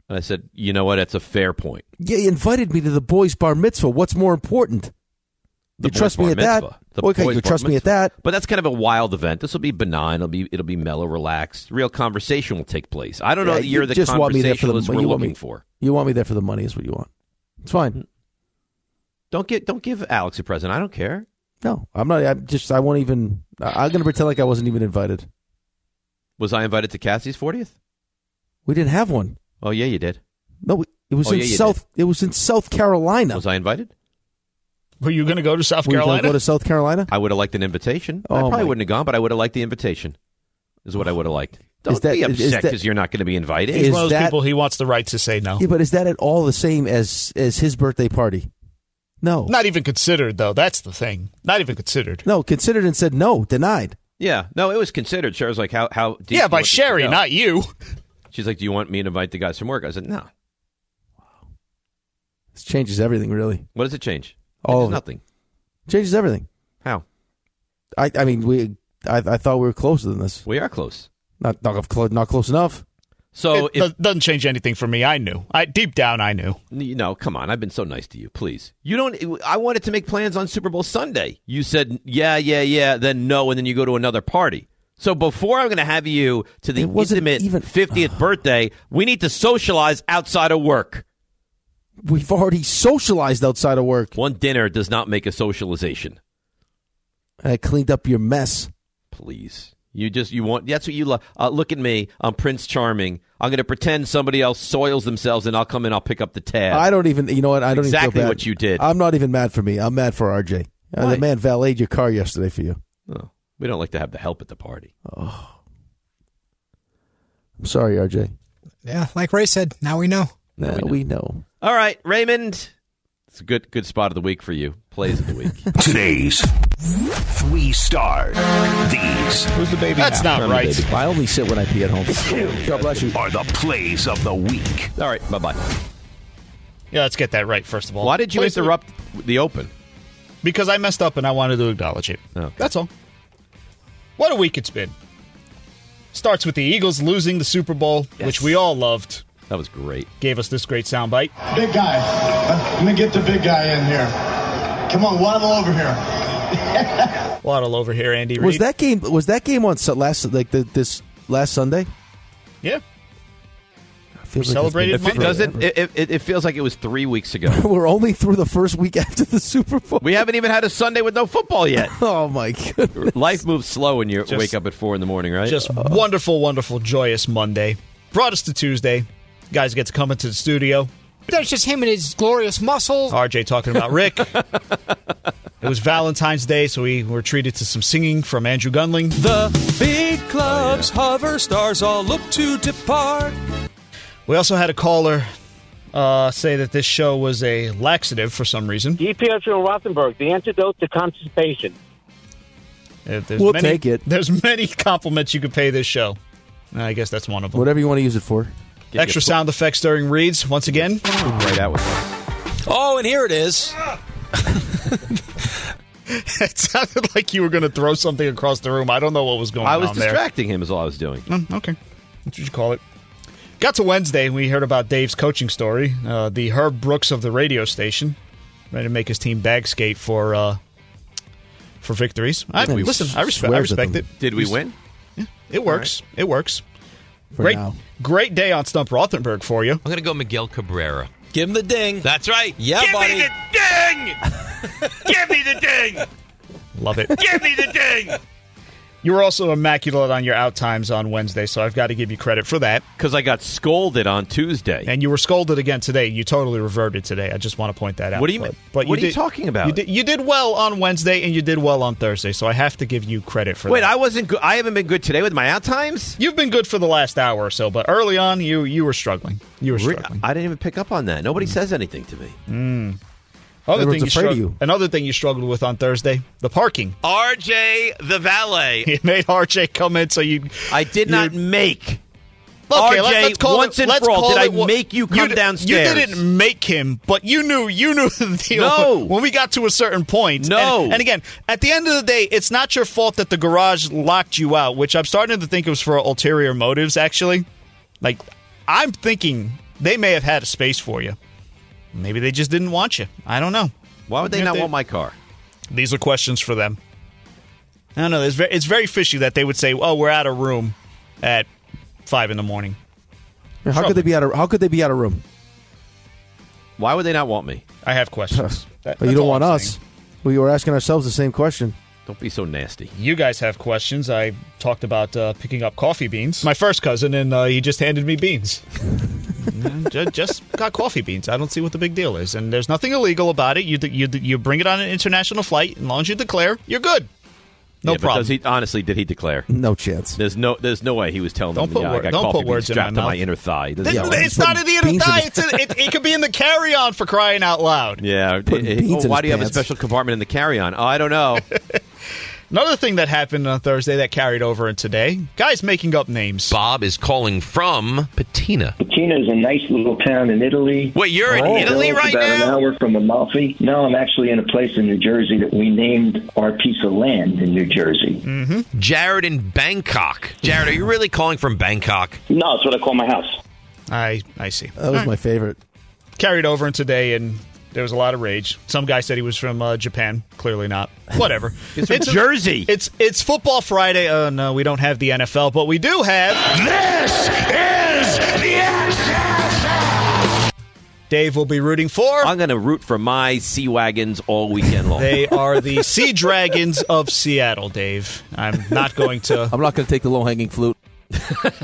Speaker 2: And I said, you know what? That's a fair point.
Speaker 3: Yeah, he invited me to the boys' bar mitzvah. What's more important?
Speaker 2: The
Speaker 3: You trust
Speaker 2: boys'
Speaker 3: me at
Speaker 2: bar
Speaker 3: that?
Speaker 2: mitzvah. The
Speaker 3: okay,
Speaker 2: boys'
Speaker 3: you
Speaker 2: bar
Speaker 3: trust me at
Speaker 2: mitzvah.
Speaker 3: that?
Speaker 2: But that's kind of a wild event. This will be benign. It'll be it'll be mellow, relaxed. Real conversation will take place. I don't know
Speaker 3: Yeah,
Speaker 2: the year
Speaker 3: you
Speaker 2: the
Speaker 3: just want me there for the
Speaker 2: conversationalist
Speaker 3: mo-
Speaker 2: we're
Speaker 3: you want
Speaker 2: looking
Speaker 3: me-
Speaker 2: for. Mm.
Speaker 3: You want me there for the money is what you want. It's fine.
Speaker 2: Don't get don't give Alex a present. I don't care.
Speaker 3: No, I'm not. I'm just. I won't even. I- I'm going to pretend like I wasn't even invited.
Speaker 2: Was I invited to Cassie's fortieth?
Speaker 3: We didn't have one.
Speaker 2: Oh yeah, you did.
Speaker 3: No, we, it was
Speaker 2: Oh,
Speaker 3: in
Speaker 2: yeah, you
Speaker 3: South. It was in South Carolina.
Speaker 2: Was I invited?
Speaker 4: Were you going to go to South
Speaker 3: Were you gonna
Speaker 4: Carolina?
Speaker 3: go to South Carolina?
Speaker 2: I would have liked an invitation. I
Speaker 3: Oh,
Speaker 2: probably
Speaker 3: my-
Speaker 2: wouldn't have gone, but I would have liked the invitation. Is what I would have liked. Don't
Speaker 3: that-
Speaker 2: be
Speaker 3: is- is
Speaker 2: upset
Speaker 3: that-
Speaker 2: because you're not going to be invited.
Speaker 4: He's
Speaker 3: Is
Speaker 4: one of those
Speaker 3: that-
Speaker 4: people. He wants the right to say no.
Speaker 3: Yeah, but is that at all the same as as his birthday party? No,
Speaker 4: Not even considered, though. That's the thing. Not even considered.
Speaker 3: no. Oh, Considered and said no, denied.
Speaker 2: Yeah, no, it was considered. Sherry's like, how how? Deep do
Speaker 4: yeah,
Speaker 2: you
Speaker 4: by
Speaker 2: want this to
Speaker 4: Sherry,
Speaker 2: go?
Speaker 4: not you.
Speaker 2: She's like, do you want me to invite the guys from work? I said, no.
Speaker 3: This changes everything. Really,
Speaker 2: What does it change?
Speaker 3: All
Speaker 2: It
Speaker 3: of
Speaker 2: does
Speaker 3: it.
Speaker 2: nothing.
Speaker 3: changes everything.
Speaker 2: How?
Speaker 3: I I mean we. I, I thought we were closer than this.
Speaker 2: We are close.
Speaker 3: Not not close. Not close enough.
Speaker 2: So
Speaker 4: it
Speaker 2: if
Speaker 4: do- doesn't change anything for me. I knew. I deep down, I knew.
Speaker 2: you know, come on, I've been so nice to you. Please, you don't. I wanted to make plans on Super Bowl Sunday. You said yeah, yeah, yeah. Then no, and then you go to another party. So before I'm going to have you to the
Speaker 3: It wasn't
Speaker 2: intimate
Speaker 3: even-
Speaker 2: 50th birthday, we need to socialize outside of work.
Speaker 3: We've already socialized outside of work.
Speaker 2: One dinner does not make a socialization.
Speaker 3: I cleaned up your mess.
Speaker 2: Please. You just you want that's what you love. Uh, look at me, I'm Prince Charming. I'm going to pretend somebody else soils themselves, and I'll come in. I'll pick up the tab.
Speaker 3: I don't even. You know what? I don't even
Speaker 2: Exactly
Speaker 3: feel bad.
Speaker 2: what you did.
Speaker 3: I'm not even mad for me. I'm mad for RJ. Uh,
Speaker 2: Why?
Speaker 3: the man valeted your car yesterday for you.
Speaker 2: Oh, we don't like to have the help at the party.
Speaker 3: Oh. I'm sorry, RJ.
Speaker 6: Yeah, like Ray said, now we know.
Speaker 3: Now we know.
Speaker 2: All right, Raymond. It's a good good spot of the week for you. Plays of the week.
Speaker 9: Today's three stars. These. Who's the baby?
Speaker 2: That's now? not right.
Speaker 3: I only sit when I pee at home. God bless you.
Speaker 9: Are the plays of the week.
Speaker 2: All right, bye bye.
Speaker 4: Yeah, let's get that right first of all.
Speaker 2: Why did you
Speaker 4: Please-
Speaker 2: interrupt the open?
Speaker 4: Because I messed up and I wanted to acknowledge it. That's all. What a week it's been. Starts with the Eagles losing the Super Bowl, which we all loved.
Speaker 2: That was great.
Speaker 4: Gave us this great soundbite.
Speaker 19: Big guy. Let me get the big guy in here. Come on, waddle over here.
Speaker 4: Waddle over here, Andy Reid.
Speaker 3: Was that game? Was that game on su- last like the, this last Sunday?
Speaker 4: Yeah.
Speaker 3: I feel
Speaker 4: We celebrated
Speaker 3: it's been
Speaker 2: It doesn't.
Speaker 3: forever.
Speaker 2: It, it, it feels like it was three weeks ago.
Speaker 3: We're only through the first week after the Super Bowl.
Speaker 2: We haven't even had a Sunday with no football yet.
Speaker 3: oh my goodness!
Speaker 2: Life moves slow when you
Speaker 4: Just-
Speaker 2: wake up at four in the morning, right?
Speaker 4: Just wonderful, wonderful, joyous Monday. Brought us to Tuesday. Guys get to come into the studio.
Speaker 6: That's just him and his glorious muscles.
Speaker 4: RJ talking about Rick. it was Valentine's Day, so we were treated to some singing from Andrew Gunling. The big clubs hover, stars all look to depart. We also had a caller uh, say that this show was a laxative for some reason.
Speaker 20: Pietro Rothenberg, the antidote to constipation.
Speaker 4: If Uh, there's
Speaker 3: We'll
Speaker 4: many,
Speaker 3: take it.
Speaker 4: There's many compliments you could pay this show. And I guess that's one of them.
Speaker 3: Whatever you want to use it for.
Speaker 4: Extra sound effects during reads once again.
Speaker 2: Right out with
Speaker 4: Oh, and here it is. it sounded like you were going to throw something across the room. I don't know what was going on.
Speaker 2: I was
Speaker 4: there.
Speaker 2: distracting him is all I was doing.
Speaker 4: Mm, okay, that's what you call it. Got to Wednesday, we heard about Dave's coaching story. Uh, the Herb Brooks of the radio station, ready to make his team bag skate for uh, for victories. I,
Speaker 2: Did we-
Speaker 4: listen, I respect, I
Speaker 2: swears at
Speaker 4: respect
Speaker 2: them.
Speaker 4: it.
Speaker 2: Did we win?
Speaker 4: It works. It works.
Speaker 3: For
Speaker 4: great,
Speaker 3: now.
Speaker 4: great day on Stump Rothenberg for you.
Speaker 10: I'm going to go Miguel Cabrera.
Speaker 4: Give him the ding.
Speaker 10: That's right.
Speaker 4: Yeah,
Speaker 10: Give
Speaker 4: buddy.
Speaker 10: me the ding. Give me the ding.
Speaker 4: Love it.
Speaker 10: Give me the ding.
Speaker 4: You were also immaculate on your out times on Wednesday, so I've got to give you credit for that.
Speaker 2: Because I got scolded on Tuesday.
Speaker 4: And you were scolded again today. You totally reverted today. I just want to point that out.
Speaker 2: What do you
Speaker 4: But-
Speaker 2: mean?
Speaker 4: But
Speaker 2: What are you
Speaker 4: did-
Speaker 2: talking about?
Speaker 4: You did, you did well on Wednesday, and you did well on Thursday, so I have to give you credit for
Speaker 2: Wait,
Speaker 4: that.
Speaker 2: I wasn't. Go- I haven't been good today with my out times.
Speaker 4: You've been good for the last hour or so, but early on, you you were struggling. You were struggling.
Speaker 2: I didn't even pick up on that. Nobody says anything to me.
Speaker 4: Mm. Other thing
Speaker 2: Everyone's
Speaker 4: you
Speaker 2: afraid of
Speaker 4: strugg-
Speaker 2: you.
Speaker 4: Another thing you struggled with on Thursday, the parking.
Speaker 10: RJ the valet.
Speaker 4: You made RJ come in, so you.
Speaker 2: I did not make.
Speaker 4: Okay,
Speaker 2: RJ,
Speaker 4: let, us call
Speaker 2: once
Speaker 4: it,
Speaker 2: and
Speaker 4: let's
Speaker 2: for all,
Speaker 4: call
Speaker 2: did
Speaker 4: it
Speaker 2: I
Speaker 4: what-
Speaker 2: make you come
Speaker 4: di-
Speaker 2: downstairs?
Speaker 4: You didn't make him, but you knew you knew the deal.
Speaker 2: No.
Speaker 4: when we got to a certain point,
Speaker 2: No.
Speaker 4: And, and again, at the end of the day, it's not your fault that the garage locked you out, which I'm starting to think it was for ulterior motives. Actually, like I'm thinking they may have had a space for you. Maybe they just didn't want you. I don't know.
Speaker 2: Why would they not want my car?
Speaker 4: These are questions for them. I don't know. It's very, it's very fishy that they would say, "Oh, we're out of room at five in the morning."
Speaker 3: How could they be out of? How could they be out of room?
Speaker 2: Why would they not want me?
Speaker 4: I have questions. That-
Speaker 3: Well,
Speaker 4: that's
Speaker 3: you don't
Speaker 4: all
Speaker 3: want
Speaker 4: I'm
Speaker 3: us. We were asking ourselves the same question.
Speaker 2: Don't be so nasty.
Speaker 4: You guys have questions. I talked about uh, picking up coffee beans. My first cousin, and uh, he just handed me beans. just, just got coffee beans. I don't see what the big deal is. And there's nothing illegal about it. You you you bring it on an international flight. As long as you declare, you're good. No
Speaker 2: Yeah, but
Speaker 4: problem.
Speaker 2: Does he honestly? Did he declare?
Speaker 3: No chance.
Speaker 2: There's no. There's no way he was telling
Speaker 4: Don't put
Speaker 2: them. yeah, I
Speaker 4: wor-
Speaker 2: got
Speaker 4: don't
Speaker 2: coffee
Speaker 4: put words
Speaker 2: beans
Speaker 4: in my
Speaker 2: strapped to my
Speaker 4: mouth.
Speaker 2: inner thigh. Doesn't-
Speaker 4: It's, it's not in the inner thigh. It's in, it, it could be in the carry-on for crying out loud.
Speaker 2: Yeah. eh, eh,
Speaker 4: beans
Speaker 2: oh,
Speaker 4: in his
Speaker 2: why do you have a
Speaker 4: pants.
Speaker 2: special compartment in the carry-on? Oh, I don't know.
Speaker 4: Another thing that happened on Thursday that carried over in today. Guys making up names.
Speaker 10: Bob is calling from Patina.
Speaker 11: Tina is a nice little town in Italy. Oh.
Speaker 10: Wait, you're in Italy
Speaker 11: it's
Speaker 10: right
Speaker 11: about
Speaker 10: now?
Speaker 11: an hour from Amalfi. No, I'm actually in a place in New Jersey that we named our piece of land in New Jersey.
Speaker 10: Mm-hmm. Jared in Bangkok. Jared, are you really calling from Bangkok?
Speaker 4: No, it's what I call my house. I I see.
Speaker 3: That was my favorite.
Speaker 4: carried over into today, and there was a lot of rage. Some guy said he was from uh, Japan. Clearly not. Whatever.
Speaker 2: He's from Jersey.
Speaker 4: It's it's football Friday. Oh no, we don't have the NFL, but we do have this is the Dave will be rooting for.
Speaker 2: I'm going to root for my Sea Wagons all weekend long.
Speaker 4: They are the Sea Dragons of Seattle, Dave. I'm not going to. I'm
Speaker 3: not going to take the low hanging flute.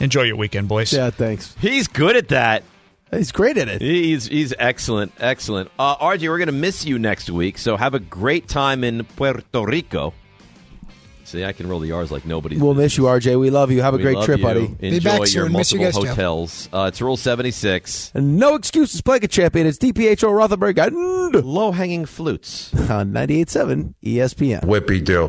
Speaker 4: Enjoy your weekend, boys.
Speaker 3: Yeah, thanks.
Speaker 2: He's good at that.
Speaker 3: He's great at it.
Speaker 2: He's he's excellent, excellent. Uh, RJ, we're going to miss you next week, so have a great time in Puerto Rico. See, I can roll the R's like nobody's
Speaker 3: We'll miss you, RJ. We love you. Have a
Speaker 2: We
Speaker 3: great
Speaker 2: love
Speaker 3: trip,
Speaker 2: you.
Speaker 3: buddy.
Speaker 2: Enjoy your multiple hotels. Uh, it's Rule 76.
Speaker 3: And no excuses. Play like a champion. It's DPHO Rothenberg and
Speaker 2: low hanging flutes
Speaker 3: on 98.7 ESPN.
Speaker 9: Whippy do.